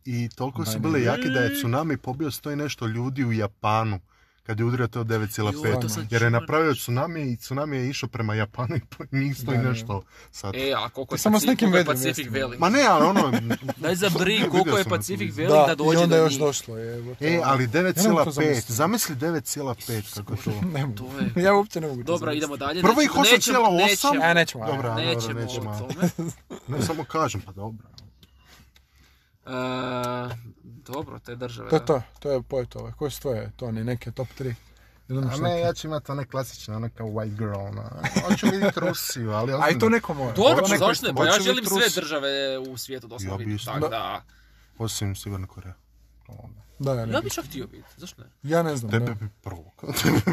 S1: I toliko su
S2: Bajne.
S1: bili jaki da je tsunami pobio sto i nešto ljudi u Japanu kad je udario to
S3: Joj,
S1: 9,5.
S3: to sam
S1: Jer je
S3: čuo.
S1: napravio tsunami i tsunami je išao prema Japanu i po njih sto i
S2: Da, da.
S1: nešto sad.
S3: E, a koliko je
S2: Samo s
S3: Pacif-
S2: nekim
S3: koliko je
S2: vedrim
S3: Pacifik
S2: mjestima.
S3: velik?
S1: Ma ne, ali
S3: (laughs)
S1: ono...
S3: Daj za bri,
S1: (laughs) Vidio
S3: koliko je
S1: sam na
S3: Pacific
S1: televiziji.
S3: velik da, dođe
S2: i onda
S3: do
S2: još
S3: njih.
S2: došlo je.
S1: E, ali 9,5.
S2: zamisliti.
S1: Zamisli 9,5 kako je to.
S2: Ne mogu.
S3: To je...
S2: (laughs) Ja uopće ne mogu. to
S3: Dobro,
S2: zamisliti.
S3: idemo dalje.
S1: Prvo ih
S3: Nećemo- nećemo-
S1: 8,8.
S3: nećemo-
S2: E, nećemo. ajde.
S1: Dobra, dobro,
S3: Nećemo
S1: nećemo.
S3: o
S1: (laughs) a.
S3: tome.
S1: Ne, samo kažem, pa dobro.
S3: E, dobro, te države.
S2: To je
S3: da.
S2: to, to je pojetove. Koje su tvoje, Toni, neke top 3? Ili imaš
S1: A ne,
S2: neke?
S1: ja ću imati one klasične, one kao white girl, ono. ona. Hoću vidjeti Rusiju, ali...
S2: A i
S1: ozbiljno.
S2: to neko moje.
S3: Dobro,
S1: Hoće
S3: pa
S1: li-
S3: zašto ne? Pa ja
S1: hoće li
S3: želim
S1: Trus-
S3: sve države u svijetu
S1: Ja
S3: doslovno
S1: bi
S3: vidjeti.
S1: isto.
S3: Tak
S1: Da.
S3: da.
S1: Osim Sjeverna Koreja. Onda.
S2: Da, ja ne
S3: Ja
S2: bi.
S3: bi čak htio vidjeti, zašto ne?
S2: Ja ne znam.
S1: Tebe
S2: Da.
S1: bi prvo. (laughs) Tebe bi-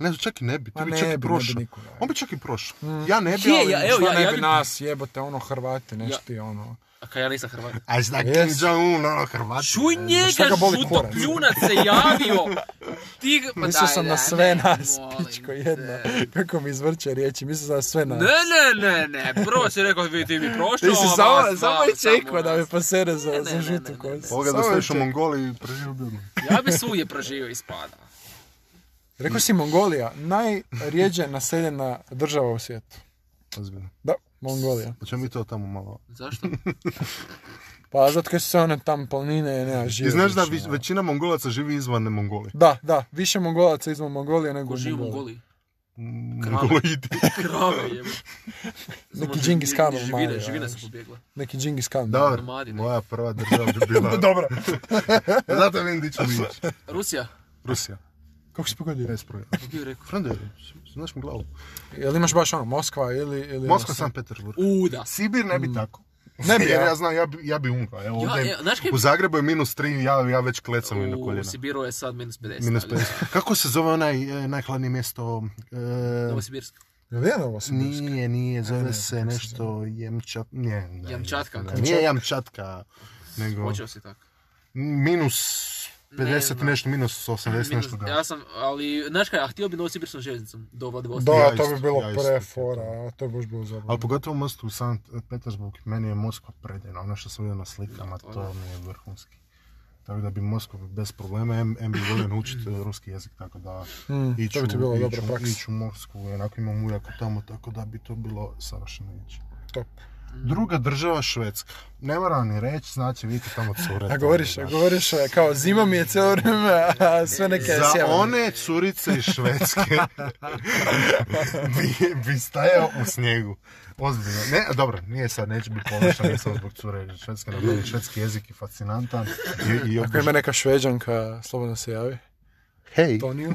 S1: ne, čak i ne bi, ti
S2: Ma
S1: bi
S2: ne
S1: čak i
S2: bi, ne
S1: prošao.
S2: bi nikoga.
S1: On bi čak i prošao. Ja ne bi,
S3: Je,
S1: ali...
S3: ja- evo,
S2: Šta
S3: ja-
S2: ne
S3: ja
S2: bi
S3: bi-
S2: nas jebote, ono Hrvati, neš
S3: Ja.
S2: ti ono.
S3: A kaj ja nisam Hrvat.
S1: A zna
S2: Yes.
S1: Kim Jong-un, ono, Hrvati.
S3: Čuj
S1: ne,
S2: šta
S3: njega,
S2: ga boli
S3: žuto
S2: kurac?
S3: pljunac se javio! Ti... Ma
S2: Mislio
S3: daj,
S2: sam
S3: daj,
S2: na sve
S3: ne,
S2: nas,
S3: molim
S2: pičko
S3: te.
S2: jedna. Kako mi izvrće riječi, mislio sam na sve nas.
S3: Ne, ne, ne, ne, prvo si rekao vi ti mi prošao,
S2: Ti si
S3: a
S2: samo,
S3: vas
S2: samo
S3: dva,
S2: je čekao ovaj da me
S3: nas.
S2: posere za,
S3: Ne, ne,
S2: za
S3: ne,
S2: žutu
S3: ne,
S2: kosu.
S1: Ovoga da
S2: Samo je
S1: sliš u
S2: čekao.
S1: Mongoliji preživio bi ono. odmah.
S3: Ja bi svugdje preživio ispada.
S2: Rekao si Mongolija, najrijeđe naseljena država u svijetu.
S1: Ozbiljno.
S2: Da, Mongolija.
S1: Pa ćemo mi to tamo malo...
S2: (laughs)
S3: Zašto?
S2: Pa zato kaj su se one tam planine, ne, žive.
S1: I znaš da
S2: više,
S1: vi-
S2: ono.
S1: većina Mongolaca živi izvan Mongolije.
S2: Da, da, više Mongolaca izvan Mongolije nego
S3: Ko živi u
S2: Mongola.
S3: Mongoliji?
S1: (laughs) Mongoloidi.
S3: Krave je.
S2: (laughs) Neki Džingis Khanov mali,
S3: Živine,
S2: ja.
S3: živine su pobjegle.
S2: Neki Džingis Khan.
S1: Da,
S3: Nomadi, ne.
S1: moja prva država bi (laughs) bila...
S2: (laughs)
S1: E,
S2: Dobro.
S1: Zato vidim gdje ćemo (laughs) ići.
S3: Rusija,
S1: Rusija.
S2: Kako si pogodio?
S1: Bez problema.
S3: kako bi rekao?
S1: Frende, znaš mi glavu.
S2: Jel imaš baš ono Moskva ili... ili
S1: Moskva, San Petersburg.
S3: U, da.
S1: Sibir ne bi tako.
S2: Ne (laughs) bi,
S1: jer
S2: Mm. ja.
S1: ja znam, ja bi, ja bi umro. Evo,
S3: Ja,
S1: ovdje,
S3: ja, znaš kaj
S1: u Zagrebu je minus 3, ja, ja već klecam i na
S3: U
S1: koljena.
S3: Sibiru je sad minus 50.
S1: Minus
S3: ali- (laughs)
S1: 50. Kako se zove onaj e, najhladnije mjesto? E,
S3: Novosibirsk.
S2: Jel je ovo sam
S1: nije, nije, zove
S2: ne,
S1: se
S2: kako se
S1: nešto Jemčat... Nije, ne,
S3: Jamčatka.
S1: ne, Nije Jamčatka, nego
S3: Počeo si tako.
S1: minus 50
S3: Nema.
S1: nešto, minus 80 nešto da.
S3: Ja sam, ali, znaš kaj, a htio bi novosibirskom željeznicom do Vladivostoka.
S2: Da,
S1: Ja
S2: to
S1: isto,
S2: bi bilo
S1: ja isto.
S2: prefora, a to bi baš bilo zabavno.
S1: Ali pogotovo most u San Petersburg, meni je Moskva predivna, ono što sam vidio na slikama,
S3: Da, to
S1: to mi je vrhunski. Tako da bi Moskva bez problema, em, em bi volio naučiti ruski jezik, tako da
S2: Mm,
S1: iću,
S2: to bi ti bilo
S1: iću,
S2: dobra praksa.
S1: iću u Moskvu, onako imam ujaka tamo, tako da bi to bilo savršeno ići.
S2: Top.
S1: Druga država Švedska. Ne moram ni reći, znači vidite tamo cure.
S2: (laughs) A
S1: tamo,
S2: govoriš, a
S1: znaš.
S2: govoriš e, kao zima mi je cijelo vrijeme,
S1: (laughs)
S2: a sve neke
S1: Za
S2: sjeverne.
S1: one curice iz Švedske bi, bi stajao u snijegu. Ozbiljno. Ne, a dobro, nije sad, neću biti ponošan, nije samo zbog cure iz Švedske, nego je švedski jezik je fascinantan. I, i
S2: Ako
S1: obož...
S2: ima neka šveđanka, slobodno se javi.
S1: Hej,
S2: Toniju.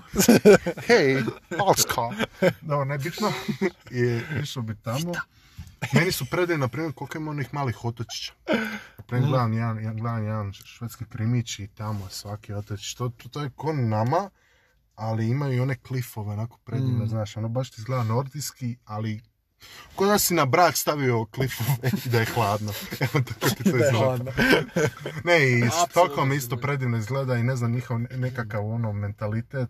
S1: hej, Alska. Dobro,
S2: (laughs)
S1: nebitno. I išao bi tamo. Meni su predaju, na primjer, koliko ima onih malih otočića. Na
S2: Mhm.
S1: primjer, gledam jedan, jedan, gledam jedan švedski krimić i tamo svaki otočić. To, to, to je ko nama, ali imaju i one klifove, onako predivne,
S2: Mm.
S1: znaš, ono baš ti izgleda nordijski, ali ko da si na brak stavio klifove (laughs) i da je hladno. Evo tako ti to
S2: (laughs) Da je
S1: izgleda.
S2: hladno.
S1: Ne, i
S3: Apsolutno
S1: Stockholm
S3: se
S1: isto
S3: bojim.
S1: predivno izgleda i ne znam, njihov ne- nekakav ono mentalitet.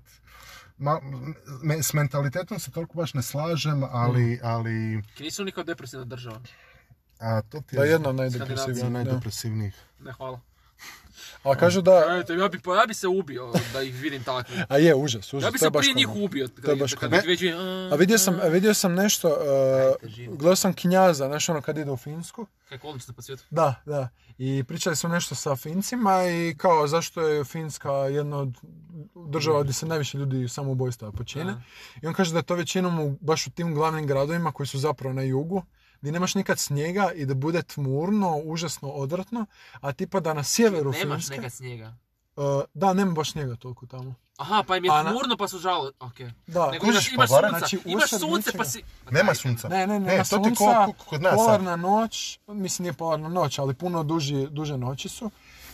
S1: Ma, me- s mentalitetom se toliko baš ne slažem, ali, ali
S3: Nisu nikao depresivna država.
S1: a to ti
S2: Da je
S1: je
S2: jedna od najdepresivnijih,
S1: jedan
S2: da.
S1: najdepresivnijih.
S3: Ne, hvala.
S2: Ali kažu da...
S3: Eto, ja, bi, pa ja bi se ubio da ih
S2: (laughs)
S3: vidim takvim.
S2: A je, užas, užas.
S3: Ja bi
S2: to je
S3: se
S2: baš
S3: prije njih
S2: komad.
S3: ubio.
S2: To je
S3: Kad,
S2: baš
S3: kad
S2: komad.
S3: ih već vidim, a,
S2: A vidio sam,
S3: a,
S2: vidio sam nešto, uh,
S3: težina.
S2: gledao sam Kinjaza, znaš ono kad ide u Finsku.
S3: Kako odlično po svijetu.
S2: Da, da. I pričali su nešto sa Fincima i kao zašto je Finska jedna od država gdje se najviše ljudi samoubojstava počine.
S3: Da.
S2: I on kaže da je to većinom u, baš u tim glavnim gradovima koji su zapravo na jugu, gdje nemaš nikad snijega i da bude tmurno, užasno odvratno, a tipa da na sjeveru
S3: Znači, Nemaš
S2: Finske...
S3: nekad snijega.
S2: Uh, da, nema baš snijega toliko tamo.
S3: Aha, pa im je
S2: A na-
S3: tmurno pa su žalo. Ok.
S2: Da,
S3: Nego
S1: kužiš,
S3: imaš,
S1: pa
S3: imaš
S1: barem,
S3: sunca,
S2: znači,
S3: imaš
S2: usred
S3: sunce
S2: ničega.
S3: pa si...
S1: Nema sunca.
S2: Ne, ne,
S1: Ne,
S2: nema
S1: to E, ti ko-
S2: sunca,
S1: ko- kod nas sad.
S2: polarna noć, mislim nije polarna noć, ali puno duži, duže noći su.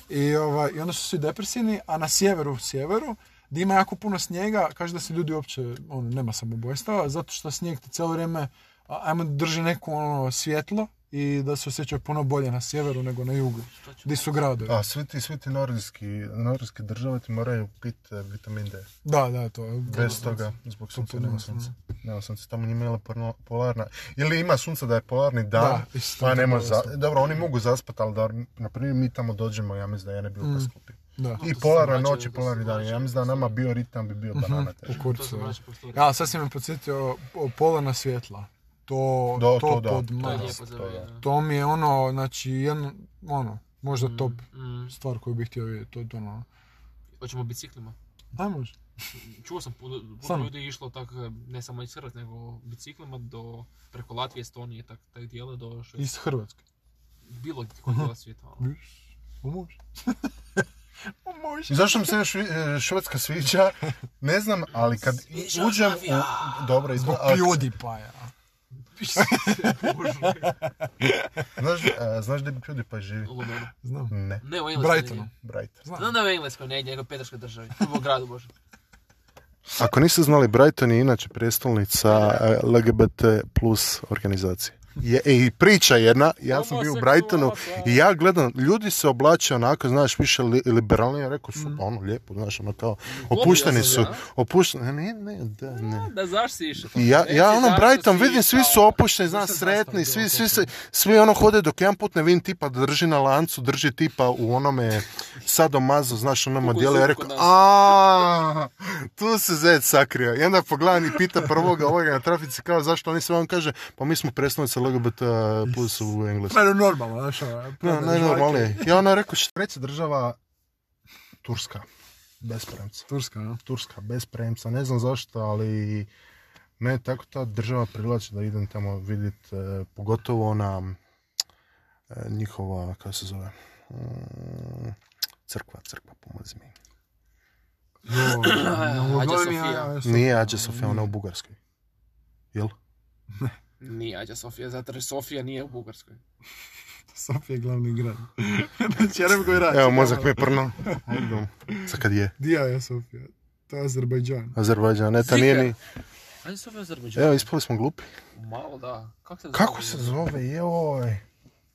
S2: I, ovaj, I onda su svi depresivni, a na sjeveru, sjeveru, gdje ima jako puno snijega, kaže da se ljudi uopće, ono, nema samoubojstava, zato što snijeg te cijelo vrijeme, a, ajmo drži neko ono svjetlo i da se osjećaju puno bolje na sjeveru nego na jugu,
S3: Što ću-
S2: gdje su gradovi.
S1: A svi ti, svi ti nordijski, nordijske države ti moraju piti eh, vitamin D.
S2: Da, da, to je.
S1: Bez toga, zbog sunca
S2: Potpuno
S1: nema
S2: jasno.
S1: sunca. Nema sunca, tamo njima je porno- polarna. Ili ima sunca da je polarni dan,
S2: Da, isto,
S1: pa ne
S2: potpuno
S1: može za-
S2: jasno.
S1: Dobro, oni mogu zaspati, ali da, na primjer, mi tamo dođemo, ja mislim da ja ne bi ukaz kupio.
S2: Da,
S1: I
S3: to se
S1: polarna
S3: vraća,
S1: noć i
S3: to se
S1: polarni dan.
S3: vraća.
S1: Ja mislim da Mhm. nama bio ritam bi bio banana
S2: u
S1: teško.
S3: To
S2: kurcu.
S3: se vraća po story.
S2: Ja, sad si me podsjetio o- polarna svjetla. To,
S1: Da, to
S2: to,
S1: da,
S2: pod
S1: to
S3: To je
S1: da.
S2: mas.
S3: lijepo za
S1: to
S3: mene,
S1: da.
S3: da.
S2: To mi je ono, znači, jedno, ono, možda top
S3: Mm,
S2: stvar koju bih htio vidjeti, to je ono,
S3: Hoćemo biciklima.
S2: aj može.
S3: Čuo sam, puno, puno
S2: Stvarno?
S3: ljudi je išlo tak, ne samo iz Hrvatske, nego biciklima do, preko Latvije, Estonije, tak, taj dijela do Švedske.
S2: Iz Hrvatske.
S3: Bilo kod dijela svijeta.
S1: (laughs)
S3: ono.
S2: Viš, o može. (laughs) O može.
S1: I zašto mi se još vi- eh, Švedska sviđa, ne znam, ali kad
S3: Sviđa
S1: uđem
S3: mafija.
S1: u... Dobro, izgleda, ali-
S2: PewDiePie-a.
S3: Bože.
S1: znaš, eh, znaš gdje bi PewDiePie živi?
S3: U Londonu.
S2: Znam.
S1: Ne,
S3: Ne, u Engleskoj.
S2: Brightonu.
S3: negdje.
S1: Brighton.
S2: Znam.
S3: Znam da je u Engleskoj negdje, nego u Petarskoj državi. U gradu, bože.
S1: Ako niste znali, Brighton je inače prestolnica eh, LGBT plus organizacije. Je, e, I priča jedna, ja sam bio u Brightonu
S3: pa.
S1: i ja gledam, ljudi se oblače onako, znaš, više li, liberalnije, rekao su, pa ono, lijepo, znaš, ono kao, opušteni
S3: Mhm. sam,
S1: su,
S3: da.
S1: opušteni, ne, ne, da, ne.
S3: Da, zaš si išao?
S1: I ja,
S3: Reci
S1: ja ono
S3: zašto
S1: Brighton
S3: si
S1: vidim, svi su
S3: išao?
S1: opušteni, znaš,
S2: Zašto je
S1: sretni,
S2: zastava
S1: svi,
S2: bila
S1: svi, se, svi ono hode dok jedan put ne vidim tipa da drži na lancu, drži tipa u onome sadomazu, znaš, onom
S3: Kuku
S1: odjelu, ja
S3: zuku
S1: rekao,
S3: kod nas.
S1: a tu se zec sakrio. I onda pogledam i pita prvoga ovoga na trafici kao zašto oni sve on kaže, pa mi smo predstavnice LGBT plus u Engleskoj.
S2: Mene normalno, znaš, ono,
S1: No,
S2: prodaju žvake.
S1: najnormalnije. Ja ono rekao, šta? Treća država, Turska, bez premca.
S2: Turska, (clears throat) no?
S1: Turska bez premca, ne znam zašto, ali me tako ta država privlači da idem tamo vidjeti, pogotovo ona e, njihova, kako se zove, Mm, crkva, crkva, pomozi mi.
S2: Jo,
S3: Hagia
S2: uglavnom
S3: Sophia.
S2: ja- ja sam-
S1: Nije Ađa Sofia, ona je u Bugarskoj. Jel?
S3: Nije Ađa Sofija, zato jer Sofija nije u Bugarskoj.
S2: Sofija je glavni (laughs) grad. Znači, ja ne mogu i raditi.
S1: Evo, mozak mi je prno. Sad kad je?
S2: Dija je Sofija? To je Azerbajdžan.
S1: Azerbajdžan, ne, ta nije ni...
S3: Ađa Sofija je Azerbajdžan.
S1: Evo, ispali smo glupi.
S3: Malo da. Kako se zove?
S1: Kako se zove, joj?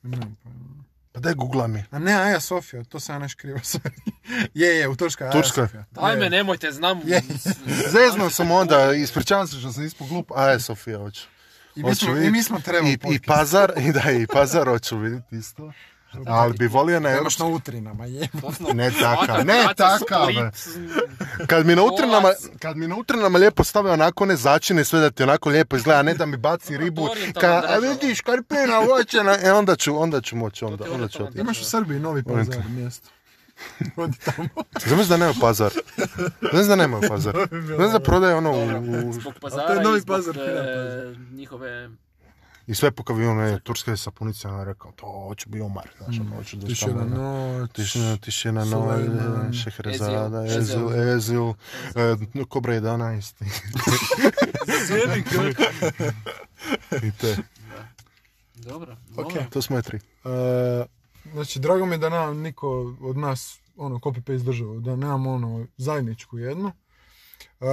S2: Nemam pojma.
S1: Pa daj googla mi.
S2: A ne Aja Sofija, to sam ja naš krivo, (laughs) sorry. Je, je, u Turska je Aja
S1: Turska.
S2: Sofija.
S3: Ajme,
S2: Je.
S3: nemojte, znam.
S2: Je.
S1: Zeznao sam onda, ispričavam se što sam ispao glup, a je Sofija, hoću.
S2: I mi smo,
S1: Hoću
S2: i mi smo trebali
S1: I, i pazar, i da, i pazar hoću vidjeti isto. Ali bi volio na
S2: Nemaš na utrinama, je.
S3: Doslovno, (laughs)
S1: Ne taka, ne
S3: Hrvata,
S1: taka,
S3: Split,
S1: bre. Kad mi na utrinama,
S3: Kolac.
S1: kad mi na utrinama lijepo stave onako one začine, sve da ti onako lijepo izgleda, a ne da mi baci ribu.
S3: orijentalna
S1: Ka, a
S3: država.
S1: vidiš, karpina voćena, e onda ću, onda ću moći, onda,
S3: To ti je
S1: onda ću
S3: orijentalna
S1: otići.
S2: Imaš u Srbiji novi pazar mjesto. Odi tamo.
S1: Znaš da nema pazar? Znaš da nema
S3: (laughs)
S1: pazar? Znaš da prodaje ono u, u-
S3: Zbog
S2: A to
S3: pazara
S2: je novi
S3: i zbog
S2: pazar,
S3: e,
S2: Hidan pazar.
S3: njihove...
S1: i sve po kavionu, e, turske sapunice, ono je rekao, to hoću bi omar, znaš, ono hoću doći
S2: Tišina
S1: tamo, ono.
S2: noć.
S1: Tišina, tišina,
S2: Sulejman.
S1: nova, Šehrezada,
S3: Ezil.
S1: Ezil, Ezil, e, Kobra 11 i (laughs) te.
S3: Dobro,
S2: Ok.
S3: dobro.
S1: To smo je tri.
S2: E, znači, drago mi je da nam niko od nas ono, copy-paste državu, da nemamo ono, zajedničku jednu. E,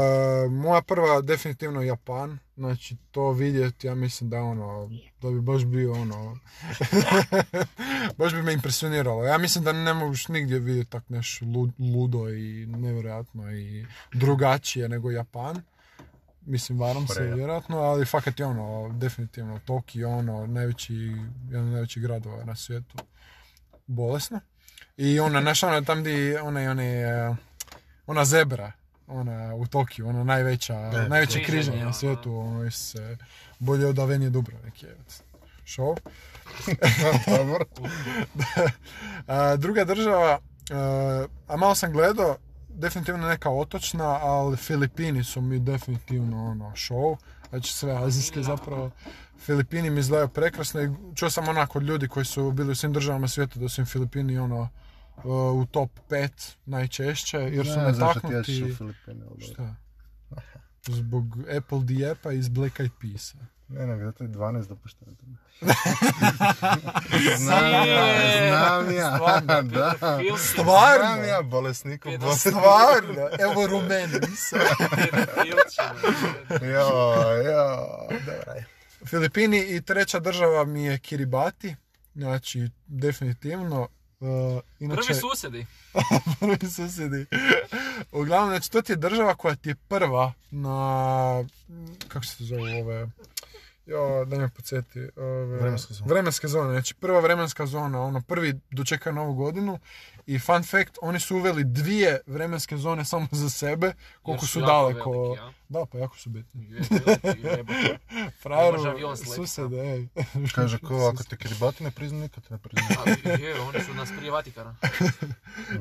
S2: moja prva definitivno Japan, znači to vidjeti, ja mislim da ono, da bi baš bio ono, (laughs) baš bi me impresioniralo. Ja mislim da ne možeš nigdje vidjeti tak neš lu- ludo i nevjerojatno i drugačije nego Japan. Mislim, varam se
S1: Koreja.
S2: vjerojatno, ali fakat je ono, definitivno Tokio, ono, najveći, jedan od najvećih gradova na svijetu. Bolesno. I ona, znaš, ona tam di, ona, ona, ona zebra, ona u Tokiju, ona najveća,
S1: Da,
S2: najveće
S3: križanje,
S2: križanje
S3: ono.
S2: na svijetu, ono, is, eh, bolje od Avenije Dubrovnik, je. Show.
S1: Dobro.
S2: A, druga država, e, a malo sam gledao, definitivno neka otočna, ali Filipini su mi definitivno ono show. Znači sve azijske zapravo. Filipini mi izgledaju prekrasno i čuo sam onako od ljudi koji su bili u svim državama svijeta da su im Filipini ono e, u top 5 najčešće jer su
S1: Ne, zašto ti
S2: nataknuti...
S1: ješ u Filipine, ali-
S2: Šta? Zbog Apple Dijepa iz Black Eyed
S1: (laughs)
S2: Peas-a.
S1: Ne, nego zato je 12 dopušteno. znam (laughs) ja, znam ja. (laughs)
S3: Stvarno,
S1: da.
S3: Film-
S2: Stvarno?
S1: Znam ja, bolesniku,
S3: Vidio sam.
S1: bolesniku.
S2: Stvarno, evo rumeni nisam.
S3: Filčina.
S1: (laughs) Jo, jo, dobra je.
S2: Filipini i treća država mi je Kiribati. Znači, definitivno. Uh, inače,
S3: Prvi susjedi.
S2: (laughs) prvi susjedi. Uglavnom, znači, to ti je država koja ti je prva na... Kako se zove ove... Jo, da me podsjeti. Ove,
S1: Vremenske zone.
S2: Vremenske zone. Znači, prva vremenska zona, ono, prvi dočeka novu godinu. I fun fact, oni su uveli dvije vremenske zone samo za sebe, koliko
S3: Jer
S2: su,
S3: jako
S2: daleko.
S3: veliki, a?
S2: da, pa jako su bitni.
S3: Je, veliki, jebote.
S2: Frajeru,
S3: može avion sletiti.
S2: susede, ej.
S1: Kaže, ko, ako te Kiribati ne prizna, nikad te ne prizna.
S3: Ali je, oni su nas prije Vatikana.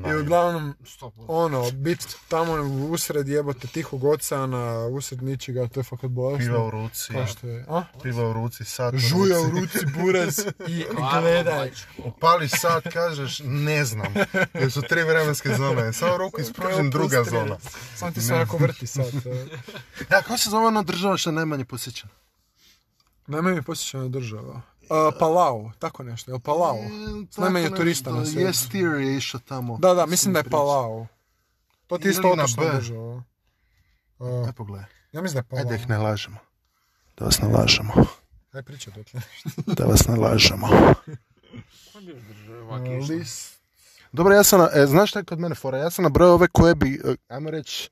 S2: I uglavnom,
S3: Sto posto.
S2: ono, bit tamo usred jebote tihog oceana, usred ničega, to je fakat
S1: Piva
S2: bolesno.
S1: u ruci,
S2: Kao što je, a?
S1: piva u ruci, sat u
S2: Žuja u
S1: ruci.
S2: ruci buraz
S1: (laughs)
S2: i
S3: Hvala,
S2: gledaj.
S3: mačko.
S1: Upališ sat, kažeš, ne znam, jer su tri vremenske zone. Samo ruku ispružim, druga
S2: Frustriran.
S1: zona.
S2: Samo ti se onako vrti sad.
S1: (laughs)
S2: e.
S1: Ja, kako se zove ona država što je najmanje posjećana?
S2: Najmanje posjećena država. A, Palau, tako nešto, je
S1: E,
S2: Palau? S najmanje turista na svijetu.
S1: Yes, Tyr je išao tamo.
S2: Da, da, mislim da je Palau. To ti je isto
S1: Ili na
S2: otočna
S1: B.
S2: država. A,
S1: Aj pogledaj.
S2: Ja mislim da je
S1: Ajde
S2: Palau.
S1: ih ne lažemo. Da vas ne lažemo.
S2: Aj E, pričaj dotle.
S1: Da vas ne lažemo.
S3: Koja bi još država ovakva išla?
S2: Lis.
S1: Dobro, ja sam, na- e, znaš šta je kod mene fora? Ja sam nabrojao ove koje bi, e, ajmo reći,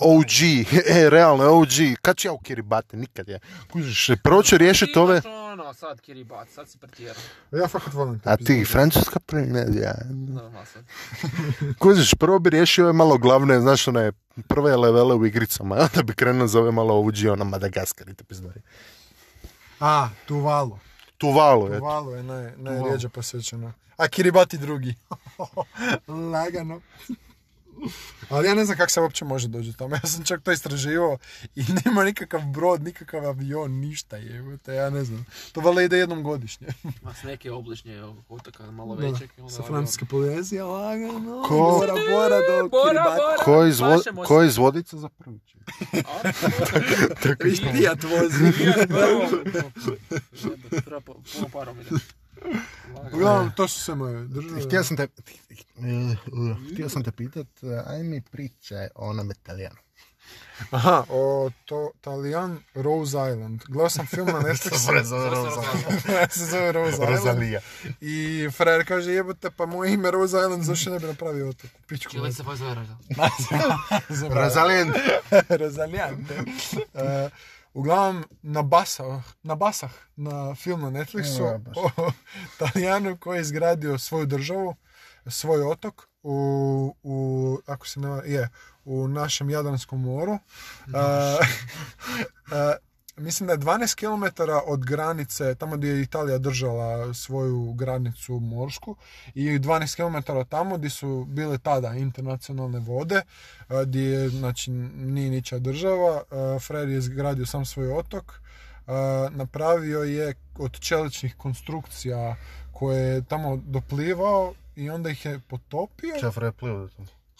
S1: OG, e, realno OG, kad ću ja u Kiribati, nikad ja. Kužiš, prvo ću riješiti ove,
S3: Imaš Ono, sad Kiribat, sad si pretjerao.
S2: Ja fakat volim te
S1: a ti,
S2: epizode.
S1: Francuska primjerja.
S3: Normalno sad.
S1: Kužiš, prvo bi riješio ove malo glavne, znaš, one prve levele u igricama, a onda bi krenuo za ove malo OG, ona Madagaskar i te pizdari.
S2: A, Tuvalu.
S1: Tuvalo, je.
S2: Tuvalu je naj, najrijeđe posjećeno. A Kiribati drugi. (laughs) Lagano. Ali ja ne znam kako se uopće može doći tamo. Ja sam čak to istraživao i (laughs) nema nikakav brod, nikakav avion, ništa je. Ja ne znam. To valjda ide jednom godišnje.
S3: Ma s neke obližnje ovog otoka, malo
S2: Da,
S3: većeg. ono i onda ono-
S2: Sa
S3: avion.
S2: francuske polezije, lagano.
S1: Ko?
S2: Bora, bora do
S3: Bora,
S2: Kiribati.
S3: Bora,
S1: Ko izvo,
S3: pašemo se.
S1: ko izvodica za prvi će?
S2: I ti ja tvozi.
S3: Ja prvo.
S2: (laughs)
S3: Jebote, Treba po- puno parom ide. Lagano.
S2: Uglavnom, to su sve moje države.
S1: Htio sam te, htio sam te pitat, aj mi pričaj o nam Italijanu.
S2: Aha, o to, Talijan Rose Island. Gledao sam film (laughs) na Netflixu. se zove Rose Island.
S1: Rozalija.
S2: I frajer kaže, jebote, pa moje ime Rose Island, zašto ne bi napravio otok? Pičku.
S3: Čili se baš zarada.
S1: Rozalijan.
S2: Rozalijante. E, uglavnom, na basah, na basah, na film na
S1: Ne, ne,
S2: Netflixu,
S1: baš.
S2: o Talijanu koji je izgradio svoju državu, svoj otok, u, u ako se ne varam, je, u našem Jadranskom moru. E, (laughs) e, mislim da je 12 km od granice, tamo gdje je Italija držala svoju granicu morsku, i 12 km tamo gdje su bile tada internacionalne vode, a, gdje je, znači, nije ničija država, a, frajer je izgradio sam svoj otok, a, napravio je od čeličnih konstrukcija koje je tamo doplivao i onda ih je potopio,
S1: Čefra je plio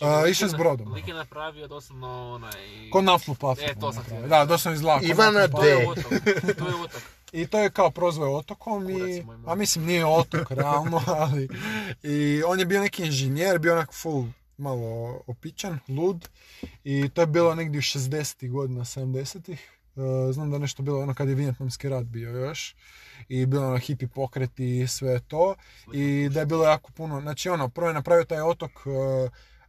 S1: da
S2: A, išao s brodom.
S3: Lik je napravio doslovno onaj...
S2: ko naflu plafu.
S3: E, to sam htio reći.
S2: Da, doslovno izgleda. ko
S1: Ivana
S2: naflu
S3: To
S1: D. De.
S2: plafu.
S3: je otok. To je otok.
S2: I to je kao prozvao otokom i,
S3: Kurac moj, moj.
S2: a mislim nije otok realno, (laughs) ali i on je bio neki inženjer, bio onak full malo opičan, lud i to je bilo negdje u 60-ih godina, 70-ih. E, Znam da je nešto bilo ono kad je vijetnamski rat bio još i bilo ono hippie pokret i sve to i da je bilo jako puno, znači ono, prvo je napravio taj otok e,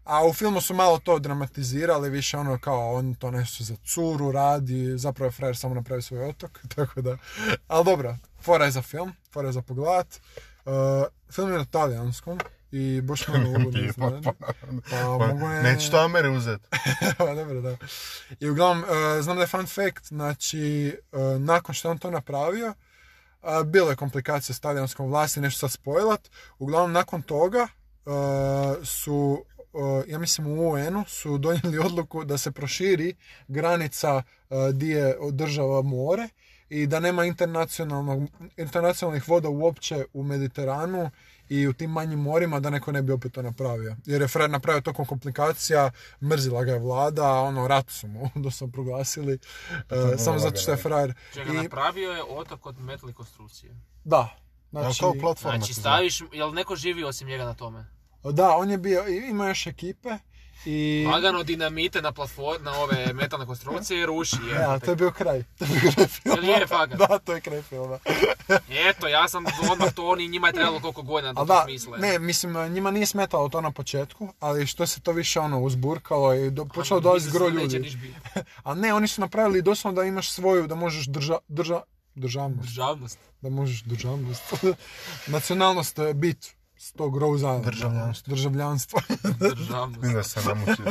S2: a u filmu su malo to dramatizirali, više ono kao on to nešto za curu radi, zapravo je frajer samo napravi svoj otok, (laughs) tako da. E, Ali dobro, fora je za film, fora je za pogled. film je na talijanskom I
S1: (laughs)
S2: baš malo ovo ne
S1: Pivo,
S2: znam.
S1: pa,
S2: Pa,
S1: pa,
S2: mogu je-
S1: Nećeš to Ameri uzeti.
S2: (laughs) Pa, dobro, da. I uglavnom, e, znam da je fun fact, znači, e, nakon što je on to napravio, e, bilo je komplikacije s talijanskom vlasti, nešto sad spojlat. Uglavnom, nakon toga e, su, e, ja mislim u UN-u, su donijeli odluku da se proširi granica e, di je država more i da nema internacionalnog, internacionalnih voda uopće u Mediteranu i u tim manjim morima da neko ne bi opet to napravio. Jer je Fred napravio tokom komplikacija, mrzila ga je vlada, ono, rat su mu (laughs) doslovno proglasili, e,
S1: je
S2: samo zato
S1: lagano.
S2: što je frajer.
S3: Čekaj,
S2: I-
S3: napravio je otok od metalne konstrukcije.
S2: Da,
S1: Znači,
S2: znači,
S1: kao platforma.
S3: Znači,
S1: ti
S3: staviš, jel neko živi osim njega na tome?
S2: da, on je bio, i- ima još ekipe i...
S3: Lagano dinamite na platform, na ove metalne konstrukcije i ruši. Je.
S2: Ja, to je bio kraj. E, (laughs) To je bio kraj filma.
S3: Jel je fakat?
S2: Da, to je kraj filma.
S3: Eto, ja sam odmah to, oni njima je trebalo koliko godina da
S2: A
S3: to
S2: da,
S3: smisle.
S2: ne, mislim, njima nije smetalo to na početku, ali što se to više ono uzburkalo i do,
S3: A,
S2: počelo
S3: mislim,
S2: dolaziti gro
S3: sad neće
S2: ljudi.
S3: niš biti.
S2: A ne, oni su napravili doslovno da imaš svoju, da možeš drža, drža, državnost, (laughs)
S3: Državnost.
S2: da možeš državnost, (laughs) nacionalnost e, bit s tog Rose Islanda.
S1: Državljanstvo.
S2: Državljanstvo, (laughs)
S3: Državnost.
S1: Da se namučio.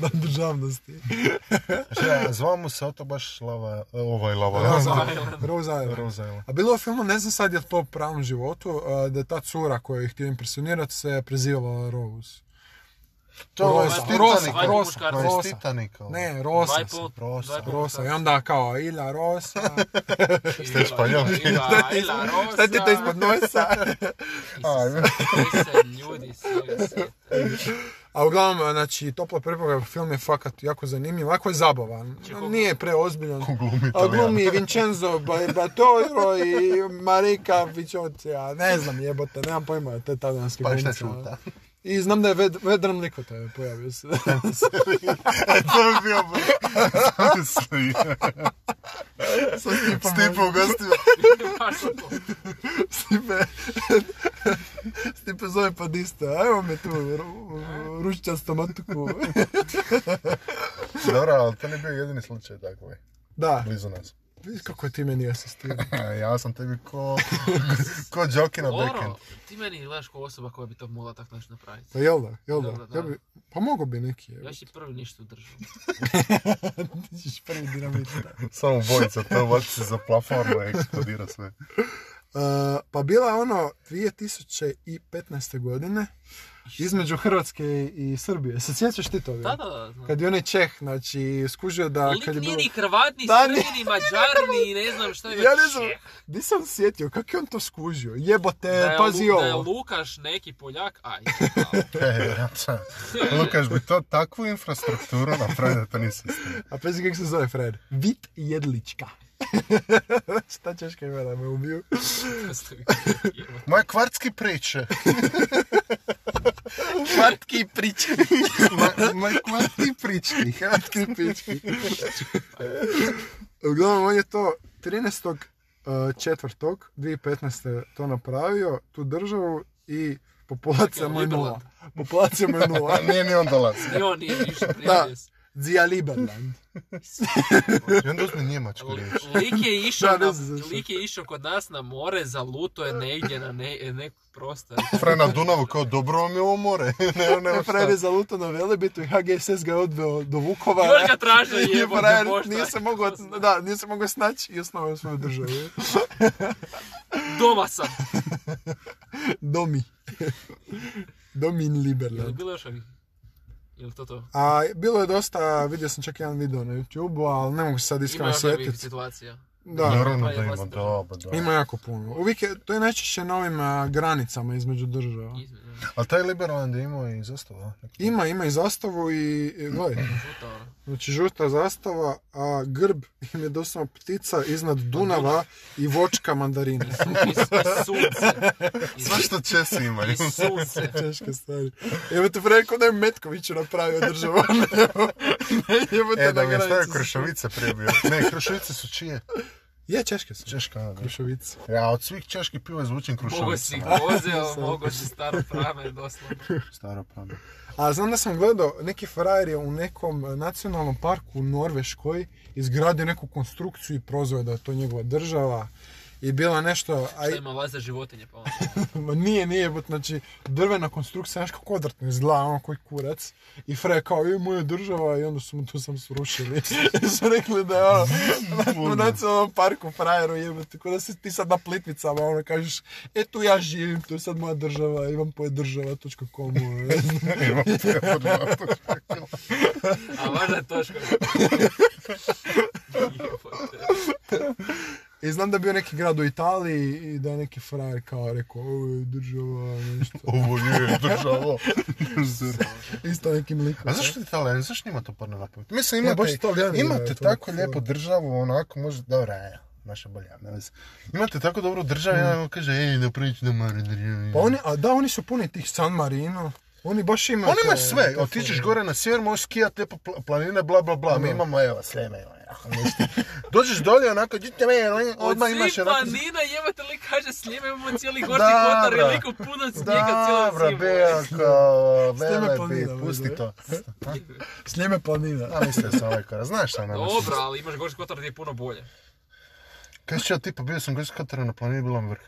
S2: da državnosti.
S1: Šta, zvao mu se oto baš lava, ovaj lava.
S2: Rose
S3: Island.
S2: Island. Rose Island.
S1: Rose Island.
S2: A Pa bilo je u filmu, ne znam sad je li to u pravom životu, a, da je ta cura koju je htio impresionirati se prezivala Rose.
S1: To je
S2: Rosa,
S1: iz
S2: Rosa,
S1: Titanika.
S3: Rosa,
S1: To je iz
S2: Rosa.
S1: Titanika.
S2: Ne,
S3: Dva i
S2: Rosa.
S3: pol-
S2: se-
S1: Rosa.
S3: dva i pol
S2: Rosa. I
S3: sata.
S2: onda kao, Ilja
S3: (laughs)
S2: Rosa.
S1: Ste španjolski.
S3: Ila,
S2: Šta ti-
S3: Ila,
S2: Šta ti to
S3: Rosa.
S2: ispod nosa?
S1: Ajme.
S3: Isuse, se ljudi, svega svijeta.
S2: A uglavnom, znači, Topla prepoga film je fakat jako zanimljiv, jako je zabavan.
S3: Čekao-
S2: Nije preozbiljan.
S1: Ko glumi
S2: A
S1: Italijan.
S2: glumi Vincenzo Ba- Batoro i Marika Vičocija. Ne znam jebote, nemam pojma, te talijanske
S1: Pa šta
S2: glumice,
S1: šuta?
S2: I znam da je ved, Vedran Likota je pojavio
S1: (laughs)
S2: se.
S1: (laughs) to je bio bolj. (laughs) Zamisli. Stipe u gostima.
S3: (laughs) Baš ono, to.
S2: Stipe, Stipe pa zove padista, ajmo me tu, ru- ručičastu matuku.
S1: Dobro, ali to nije bio jedini slučaj tako je.
S2: Da,
S1: Blizu nas.
S2: vidiš kako ti meni asistira.
S1: (laughs) ja sam tebi ko... Ko Joki na backend.
S3: Oro, ti meni gledaš kao osoba koja bi to mogla tako nešto napraviti.
S2: Pa jel da, jel da?
S3: Da, da, da.
S2: Ja bi, pa mogo bi neki.
S3: Ja
S2: evo.
S3: ću ti prvi ništa državu.
S2: Ti ćeš prvi dinamit. (laughs)
S1: Samo bojica, to vaci se za platformu i eksplodira (laughs) sve.
S2: Uh, pa bila je ono 2015. godine između Hrvatske i Srbije. Se sjećaš ti toga?
S3: Da, da, da. znam.
S2: Kad Pa je onaj Čeh, znači, skužio da...
S3: Lik
S2: kad je
S3: nije
S2: bilo...
S3: ni Hrvat, ni
S2: Da,
S3: Srbin, ni Mađar, ni ne znam što je.
S2: Ja
S3: već
S2: ne znam,
S3: Čeh.
S2: nisam sjetio, kako je on to skužio? Jebote,
S3: Da je,
S2: E, pazi
S3: Lu- da je
S2: ovo.
S3: Lukaš neki Poljak,
S2: (laughs)
S3: aj.
S1: Lukaš bi to takvu infrastrukturu napravio da to nisi istina.
S2: A pazi kako se zove Fred. Vit Jedlička. (laughs) Šta ćeš kad me da me ubiju?
S1: Moje kvartski priče.
S2: Kvartki priče.
S1: Moje- (laughs) Moje kvartski prički.
S2: Kratki pički. Uglavnom, on je to eh, 13. četvrtog 2015. to napravio, tu državu i populacija
S3: Čekaj,
S2: mu je nula.
S3: Liberland.
S2: Populacija mu je nula.
S1: A nije ni on dolaz.
S3: I on
S2: (laughs)
S3: nije ništa prijatelj.
S2: Zia Liberland.
S1: I onda uzme njemačku riječ.
S3: Lik je išao,
S2: Da, ne
S3: na,
S2: znam zašto.
S3: lik je išao kod nas na more, zaluto je negdje na ne, neku prostor.
S1: Fre na Dunavu kao dobro vam je ovo more. (laughs) ne, ne,
S2: Frajer je zalutao na velebitu i HGSS ga je odveo do Vukovara.
S3: Još ga traže,
S2: Pa, (laughs) I
S3: jebote,
S2: frajer
S3: možda.
S2: Nije se mogao, da, nije se mogao snaći i osnovao je svoju
S3: (laughs)
S2: državu.
S3: Doma sam.
S2: Domi. Domin
S3: Je li
S2: Liberland.
S3: bilo još ovih? Je li to to?
S2: A bilo je dosta, vidio sam čak jedan video na YouTube-u, ali ne mogu se sad
S3: Ima
S2: iskreno
S3: još ovih
S2: sjetiti.
S3: situacija.
S2: Da,
S1: Naravno
S3: Pa
S1: da
S3: je
S1: ima,
S3: vlastito.
S1: dobro, da.
S2: ima jako puno. Uvijek je, to je najčešće na ovim a, granicama između država.
S3: Izmjena,
S1: Ali taj Liberland je imao i zastava.
S2: Ima, ima i zastavu i, i gledaj,
S3: žuta ona.
S2: znači žuta zastava, a grb im je doslovno ptica iznad Dunava i vočka mandarine.
S3: I, i sunce. I,
S1: Zašto Česi imaju? E,
S3: I sunce.
S2: Teške stvari. Evo te preko da je Metković napravio državu. Ne, jebote,
S1: E, da
S2: na
S1: mi je
S2: granici
S1: stavio
S2: su-
S1: Krušovice prije bio. Ne, Krušovice su čije?
S2: Je, Češke su.
S1: Češka, ne?
S2: Krušovice.
S1: Ja od svih čeških piva zvučim
S3: Mogo si
S1: Krušovica.
S3: vozeo, mogo si staro prame, doslovno.
S1: Staro pamet.
S2: A znam da sam gledao, neki frajer je u nekom e, nacionalnom parku u Norveškoj izgradio neku konstrukciju i prozvao je da je to njegova država. i bilo nešto... A,
S3: Šta ima laser životinje pa ono.
S2: (laughs) Ma nije, nije, but, znači, drvena konstrukcija, znaš kako kvadratno izgleda, ono koji kurac. I Freja kao, i moja država, i onda su mu to sam srušili. (laughs) su rekli da je ono, na- u nacionalnom parku frajeru jebate, ko da si ti sad na Plitvicama, ono, kažeš, e tu ja živim, to je sad moja država, imam poje država.com, ono, ne znam.
S1: Nema pojma, odmah.
S3: A važna je
S2: (laughs)
S3: točka.
S2: I znam da je bio neki grad u Italiji i da je neki frajer kao rekao, ovo je država, (laughs) nešto.
S1: Ovo je državo.
S2: Isto nekim likom.
S1: A Pa zašto Italijan, zašto njima to padne na pamet? Mislim, imate,
S2: baš Talijani
S1: imate
S2: imaju to
S1: tako
S2: neku
S1: lijepu
S2: formu.
S1: državu, onako, može, dobra, je, naša bolja, ne vezi. Imate tako dobru državu, jedan vam kaže, ej, da prijeći na Mare Adriatico."
S2: Mm. Pa oni, a da, oni su puni tih San Marino. Oni baš imaju...
S1: Oni imaju
S2: to-
S1: sve,
S2: te
S1: otičeš
S2: fore.
S1: gore na sjever, možeš skijat lijepo pla- planine, bla bla bla, mi
S2: Da.
S1: imamo, evo, sleme, evo, ja, ništa. Dođeš dolje, onako, djete me, odmah
S3: Od
S1: imaš
S3: svih
S1: onako...
S3: planina jebate li kaže slijeme imamo cijeli gorski
S1: Dobra.
S3: kotar i liku puno snijega cijelo
S1: Dobra,
S3: zimu.
S1: Bejako,
S2: S time
S1: Velebi,
S2: planina,
S1: pusti
S2: veze.
S1: to.
S2: Sljeme planina.
S1: A mislio sam ovaj kora, znaš šta nam
S3: Dobro, ali imaš gorski kotar gdje je puno bolje.
S1: Kaj ću ja tipa, bio sam Gorski Kotar na planini, bilo mi vrh.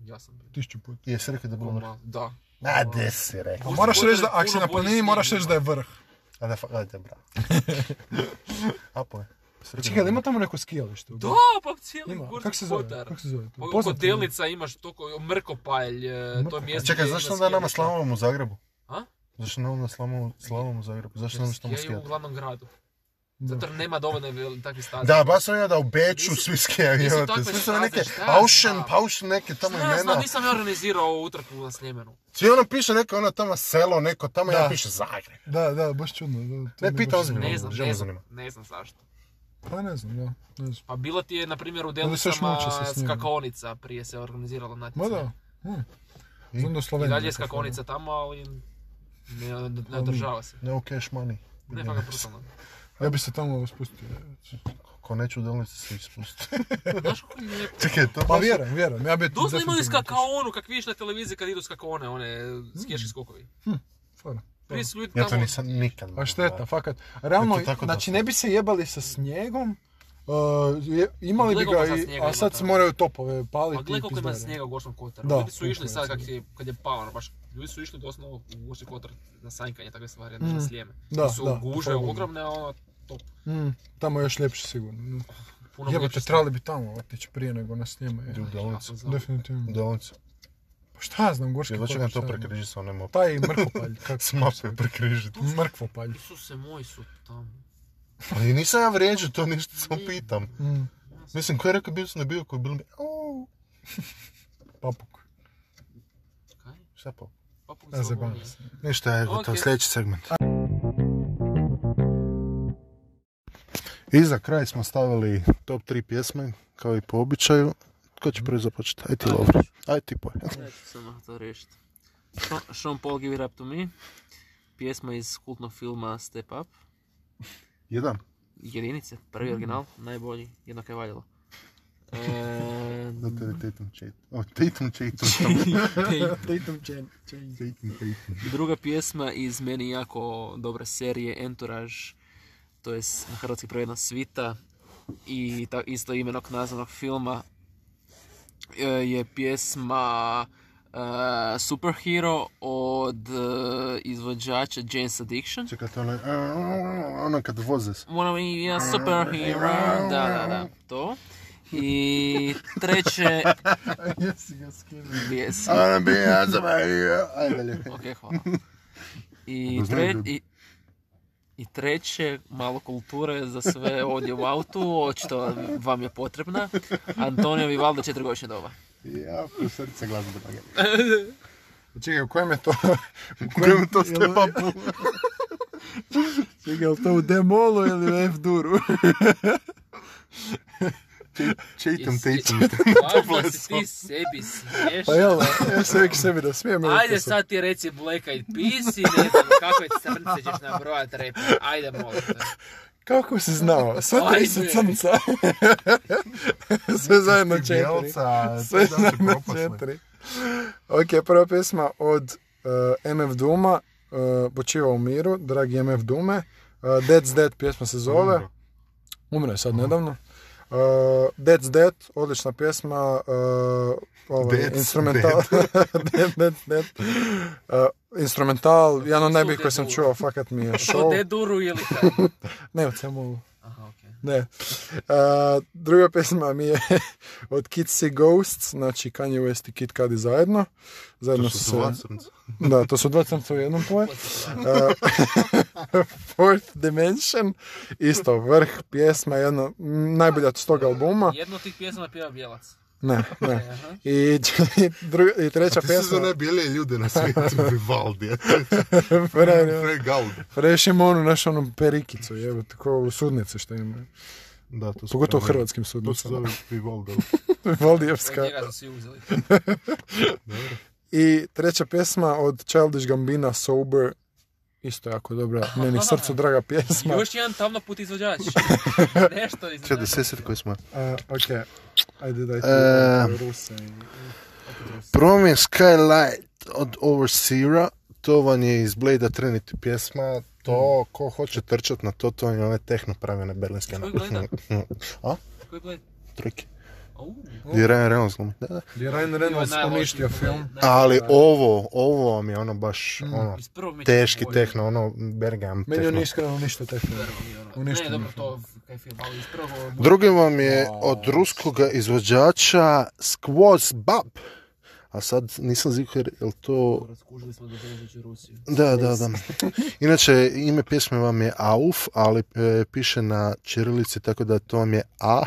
S3: Ja sam bio.
S2: Tišću puta.
S1: I jesi rekao da je bilo vrh.
S3: Ma, Da.
S1: A, de si rekao.
S2: Pa moraš
S3: Pusti
S2: reći da,
S3: puno
S2: ako si na
S3: bolji
S2: planini,
S3: snijeg,
S2: moraš reći da je vrh.
S1: A da, fa- ajde, bravo. (laughs) Apo je. Jesi rekao
S2: Čekaj, da
S1: je
S2: ima tamo neko skijalište?
S3: Da, pa cijeli
S2: Ima. Kako
S3: gorski
S2: se zove?
S3: kotar.
S2: Kako se zove?
S3: Ovo,
S2: Poznato mi je.
S3: Kotelnica imaš toko, Mrkopalj, e, to
S2: Mrkopalj.
S1: vrh?
S3: mjesto
S1: Čekaj,
S3: gdje
S1: zašto
S3: za
S1: onda nama
S3: skijališta-
S1: slavom u Zagrebu?
S3: A?
S1: Zašto nam na slavom, slavom u Zagrebu? Zašto nam što mu
S3: Skijaju u
S1: skijati?
S3: glavnom gradu.
S2: Da.
S3: Zato jer nema dovoljno vel- takvih staza.
S1: Da, baš sam ja da u Beču
S3: Nisu-
S1: svi skijaju,
S3: nisu
S1: jevate.
S3: takve
S1: Svi su na
S3: staze,
S1: neke
S3: šta ja
S1: Auschen,
S3: znam.
S1: Pauschen, neke tamo
S3: Šta ja znam,
S1: imena.
S3: nisam ja organizirao utrku na Sljemenu.
S1: Svi ono piše neke ono tamo selo, neko tamo, ja
S2: Da.
S1: piše Zagreb.
S2: Da, da, baš čudno. Da, to
S1: Ne,
S2: me
S1: pita
S2: baš
S1: ozbiljno.
S2: zanima.
S3: Ne
S1: Ono,
S3: znam,
S1: žena me
S3: ne znam,
S1: zanima.
S3: ne znam zašto.
S2: Pa ne znam, da. Ne znam.
S3: Pa bilo ti je, na primjer, u
S2: Ali se još
S3: Delnicama
S2: muče sa snijegom.
S3: skakaonica prije se organiziralo
S2: Ma
S3: natjecanje.
S2: da. hm. Znam da Pa u
S3: I
S2: Sloveniji.
S3: dalje je
S2: neka fora.
S3: skakaonica tamo, ali ne, ne, ne održava se.
S1: No cash money.
S3: Ne, pa ga brutalno.
S2: (laughs) Ja bi se tamo spustio. Pa
S1: Ko neću u dolnici se ispustiti.
S3: Znaš kako je lijepo?
S1: (laughs) Čekaj, to
S2: Pa
S1: baš-
S2: vjerujem, vjerujem. Ja bi
S3: Doslovno imaju
S2: definitivno otišao.
S3: skakaonu, kak vidiš na televiziji kad idu skakaone, one
S2: Mm.
S3: skijaški skokovi.
S2: Fora.
S3: Prije su ljudi
S1: Ja to
S3: tamo...
S1: nisam nikad. mogao
S2: A Pa šteta,
S1: gledati.
S2: fakat. Realno,
S1: Eto, tako da
S2: znači
S1: sam.
S2: ne bi se jebali sa snijegom, uh, je- imali bi
S3: Legova
S2: ga,
S3: sa
S2: i-
S3: snijega
S2: a
S3: ima
S2: sad
S3: tamo.
S2: se moraju topove paliti.
S3: Pa gle
S2: i
S3: koliko ima
S2: pizdare.
S3: snijega u Gorskom Kotaru.
S2: Da,
S3: ljudi su išli
S2: koliko je
S3: sad kak
S2: snijega.
S3: je, kad je pao, ono baš, ljudi su išli doslovno u Gorski Kotar na sanjkanje, takve stvari, mm. na
S2: Mhm.
S3: slijeme.
S2: Da,
S3: To su
S2: da,
S3: guže
S2: probavno.
S3: ogromne, a ono, top.
S2: Mm, tamo je još ljepše sigurno.
S3: Puno
S2: Jebate,
S3: ljepše
S2: trebali bi tamo otići prije nego na snijema. je.
S1: Idu u
S3: stvari. Ja
S1: dolnicu.
S3: sam znao.
S1: U
S2: Definitivno.
S1: dolnicu.
S2: Pa šta ja znam, Gorski
S1: Ja dočekam to
S2: šta ja znam.
S1: prekriži sa onim opet.
S2: Taj
S1: (laughs)
S2: mrkopalj. kako
S1: S
S2: se
S1: mape
S2: zove.
S1: prekrižiti.
S2: Mrkvopalj.
S3: Isuse moji su tamo.
S1: Ali nisam ja vrijeđao to ništa, samo pitam.
S2: Mm,
S1: Mislim, ko je rekao bio sam na bio koji bilo mi... Au.
S2: papuk.
S3: Kaj?
S1: Šta pa?
S3: Pa pogledaj
S2: Ja
S3: se ovo
S2: zabavim
S3: je.
S2: se.
S1: Ništa, je
S3: gotovo,
S1: to
S3: Ok.
S1: sljedeći segment. I za kraj smo stavili top 3 pjesme, kao i po običaju. Tko će prvi započeti? Aj ti,
S3: Ajde.
S1: Lovro. Aj ti, Poja.
S3: Neću se na to riješiti. Sean- Sean Paul Give It Up To Me, pjesma iz kultnog filma Step Up,
S1: Jedan.
S3: jedinice, prvi original, najbolji, jednako je valjalo. E,
S1: Da te Tatum Chait. O, Tatum (laughs) Chaitum.
S2: Tatum Chain. Chain.
S1: Tatum Chaitum.
S3: druga pjesma iz meni jako dobre serije Entourage, to je na hrvatski prevedena svita i ta, isto imenog nazvanog filma e, je pjesma e, Superhero od e, izvođača James Addiction.
S1: Čekaj, to je onaj... Ono kad voze se.
S3: Wanna be a superhero, da, da, da, to. I treće,
S2: (laughs) Jesi ga skinuo.
S3: gdje si?
S1: Ona Ono bi ja za Ajde dalje.
S3: Ok, hvala. I,
S1: Da znaju
S3: tre,
S1: ljudi.
S3: i, I treće, malo kulture za sve ovdje u autu, očito vam je potrebna. Antonio Vivalda četvrgodišnja doba.
S1: Ja, u srce glasno da magija.
S2: Čekaj, u kojem je to? (laughs)
S1: Kojem to step upu?
S2: Čekaj, je li to u demolu ili u (laughs) F-duru?
S1: Chaitum, Tatum.
S3: Jesi- (laughs) Važno da si ti sebi smiješ.
S2: Pa jel, ja se uvijek sebi da smijem. ali to
S3: Ajde
S2: sam-
S3: sad ti reci Black Eyed Peas i ne znam kakve crnce ćeš nabrojati repe. Ajde molim te.
S2: Kako si znao? Sva tri su
S3: Ajde.
S2: (laughs) crnca. Sve zajedno
S1: Ti
S2: četiri.
S1: bijelca,
S2: Sve
S1: to da će
S2: zajedno
S1: propast.
S2: četiri. Ok, prva pjesma od uh, MF Duma, uh, Počiva u miru, Eh, dragi MF Dume. Uh, Dead's Dead pjesma se zove. Umro je sad nedavno. Uh, That's Dead, odlična pjesma, uh, ovaj,
S1: That's
S2: instrumental, (laughs) Dead, Dead, Dead. Uh, instrumental, jedan od
S3: Su
S2: najboljih koji sam
S3: Deadpool.
S2: čuo, fakat mi je
S3: To
S2: show.
S3: ne duru ili kaj?
S2: Ne, od samo,
S3: Aha, okej.
S2: ne. Uh, druga pjesma mi je (laughs) od Kids See Ghosts, znači Kanye West i Kid Cudi zajedno. Zajedno
S1: To su
S2: se-
S1: dva crnca.
S2: (laughs) da, to su dva crnca u jednom poje. Uh, (laughs) Fourth Dimension, isto vrh pjesma, jedna m, najbolja od toga albuma.
S3: Jednu od tih pjesama pjeva Bjelac.
S2: Ne, ne.
S3: Aha.
S2: I, (laughs) druga, i treća
S1: Ti si za
S2: Pa pjesma,
S1: najbjelije ljude na svijetu, Vivaldi.
S2: Fre-
S1: Fred Gaudi.
S2: Freš ima onu našu onu perikicu, jebo, tako u sudnici što ima.
S1: Da, to su
S2: Pogotovo u
S1: pravi-
S2: hrvatskim
S1: To se
S2: sudnicama.
S1: zove Vivaldi.
S2: (laughs)
S3: Od
S2: Valdijevska.
S3: njega su svi uzeli.
S1: Dobro.
S2: I treća pjesma od Childish Gambina, Sober. Isto jako dobra, meni srcu draga pjesma.
S3: Još jedan tamno
S2: (laughs)
S3: put izvođač. Nešto iz...
S1: Čekaj, sesir koji smo.
S2: A, E, ok, ajde daj ti
S1: E.
S2: Ruse. i-
S1: Promijen Skylight od Overseera, to vam je iz Blade Trinity pjesma, to ko hoće trčat na to, to vam je one tehno pravljene berlinske
S3: Koji Blade-a?
S1: A?
S3: Koji gled?
S1: (laughs) Trojke.
S3: Au.
S1: Gdje je Ryan Reynolds glumi. Da, da.
S2: Gdje je Ryan
S3: Bio je
S2: Reynolds
S3: najlošiji
S2: uništio
S3: Blade.
S2: film.
S3: Naj-
S1: Ali ovo, ovo vam je ono baš ono,
S3: Iz prvog mi je
S1: teški
S3: bolje.
S1: tehno, ono Bergam
S2: Meni on
S1: tehno.
S2: iskreno uništio taj film. Uništio
S3: Ne,
S2: mi
S3: dobro,
S2: film.
S3: to kaj film, ali iz prvog...
S1: Drugi vam je od ruskoga izvođača Squaz Bab. A sad nisam zikar, jel to
S3: Skužili smo da dođeći Rusiju.
S1: Da, da,
S2: (laughs)
S1: da. Inače, ime pjesme vam je Auf, ali e, piše na čirilici, tako da to vam je A,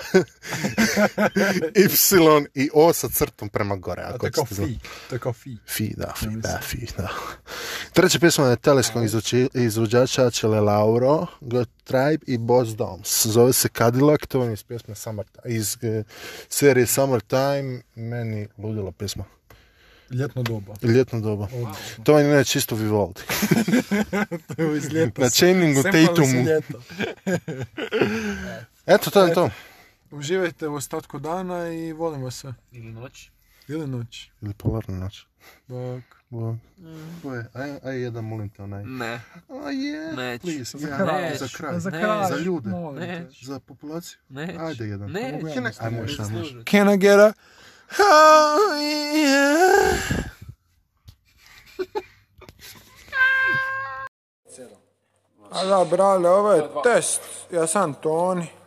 S1: (laughs) Y i O sa crtom prema gore.
S2: A
S1: Ako
S2: to je kao
S1: hoćete znati.
S2: fi, to je kao fi.
S1: Fi, da, fi,
S2: mislim.
S1: da, fi, da. Treća pjesma je teleskog izvođača Čele Lauro, God Tribe i Boss Doms. Zove se Cadillac, to vam je iz pjesme Summer, iz e, serije Summertime, meni ludila pjesma.
S2: Ljetno doba.
S1: Ljetno doba. To vam je inače isto Vivaldi.
S2: (laughs) Evo iz ljeta.
S1: Na
S2: se-
S1: Channingu
S2: Sempali se
S1: Tatumu.
S2: ljeto.
S1: Eto, to je to.
S2: Uživajte u ostatku dana i volimo se.
S3: Ili noć.
S2: Ili noć.
S1: Ili polarna noć.
S2: Bok.
S1: Bo, bo je, aj, aj jedan molim te onaj.
S3: Ne.
S1: A je,
S3: Mm. Neću.
S1: please,
S3: Za
S1: ja,
S3: kraj.
S1: za kraj.
S3: Za kraj.
S1: Za ljude.
S2: molim te.
S3: Neću.
S1: Za populaciju.
S3: Neću.
S1: Ajde jedan.
S3: Neću.
S1: Mogu ja
S3: Ne
S1: Aj, možeš, aj, možeš.
S3: Služit.
S2: Can I get a... Oh, yeah. A da, brale, ovo je test. Ja sam Toni.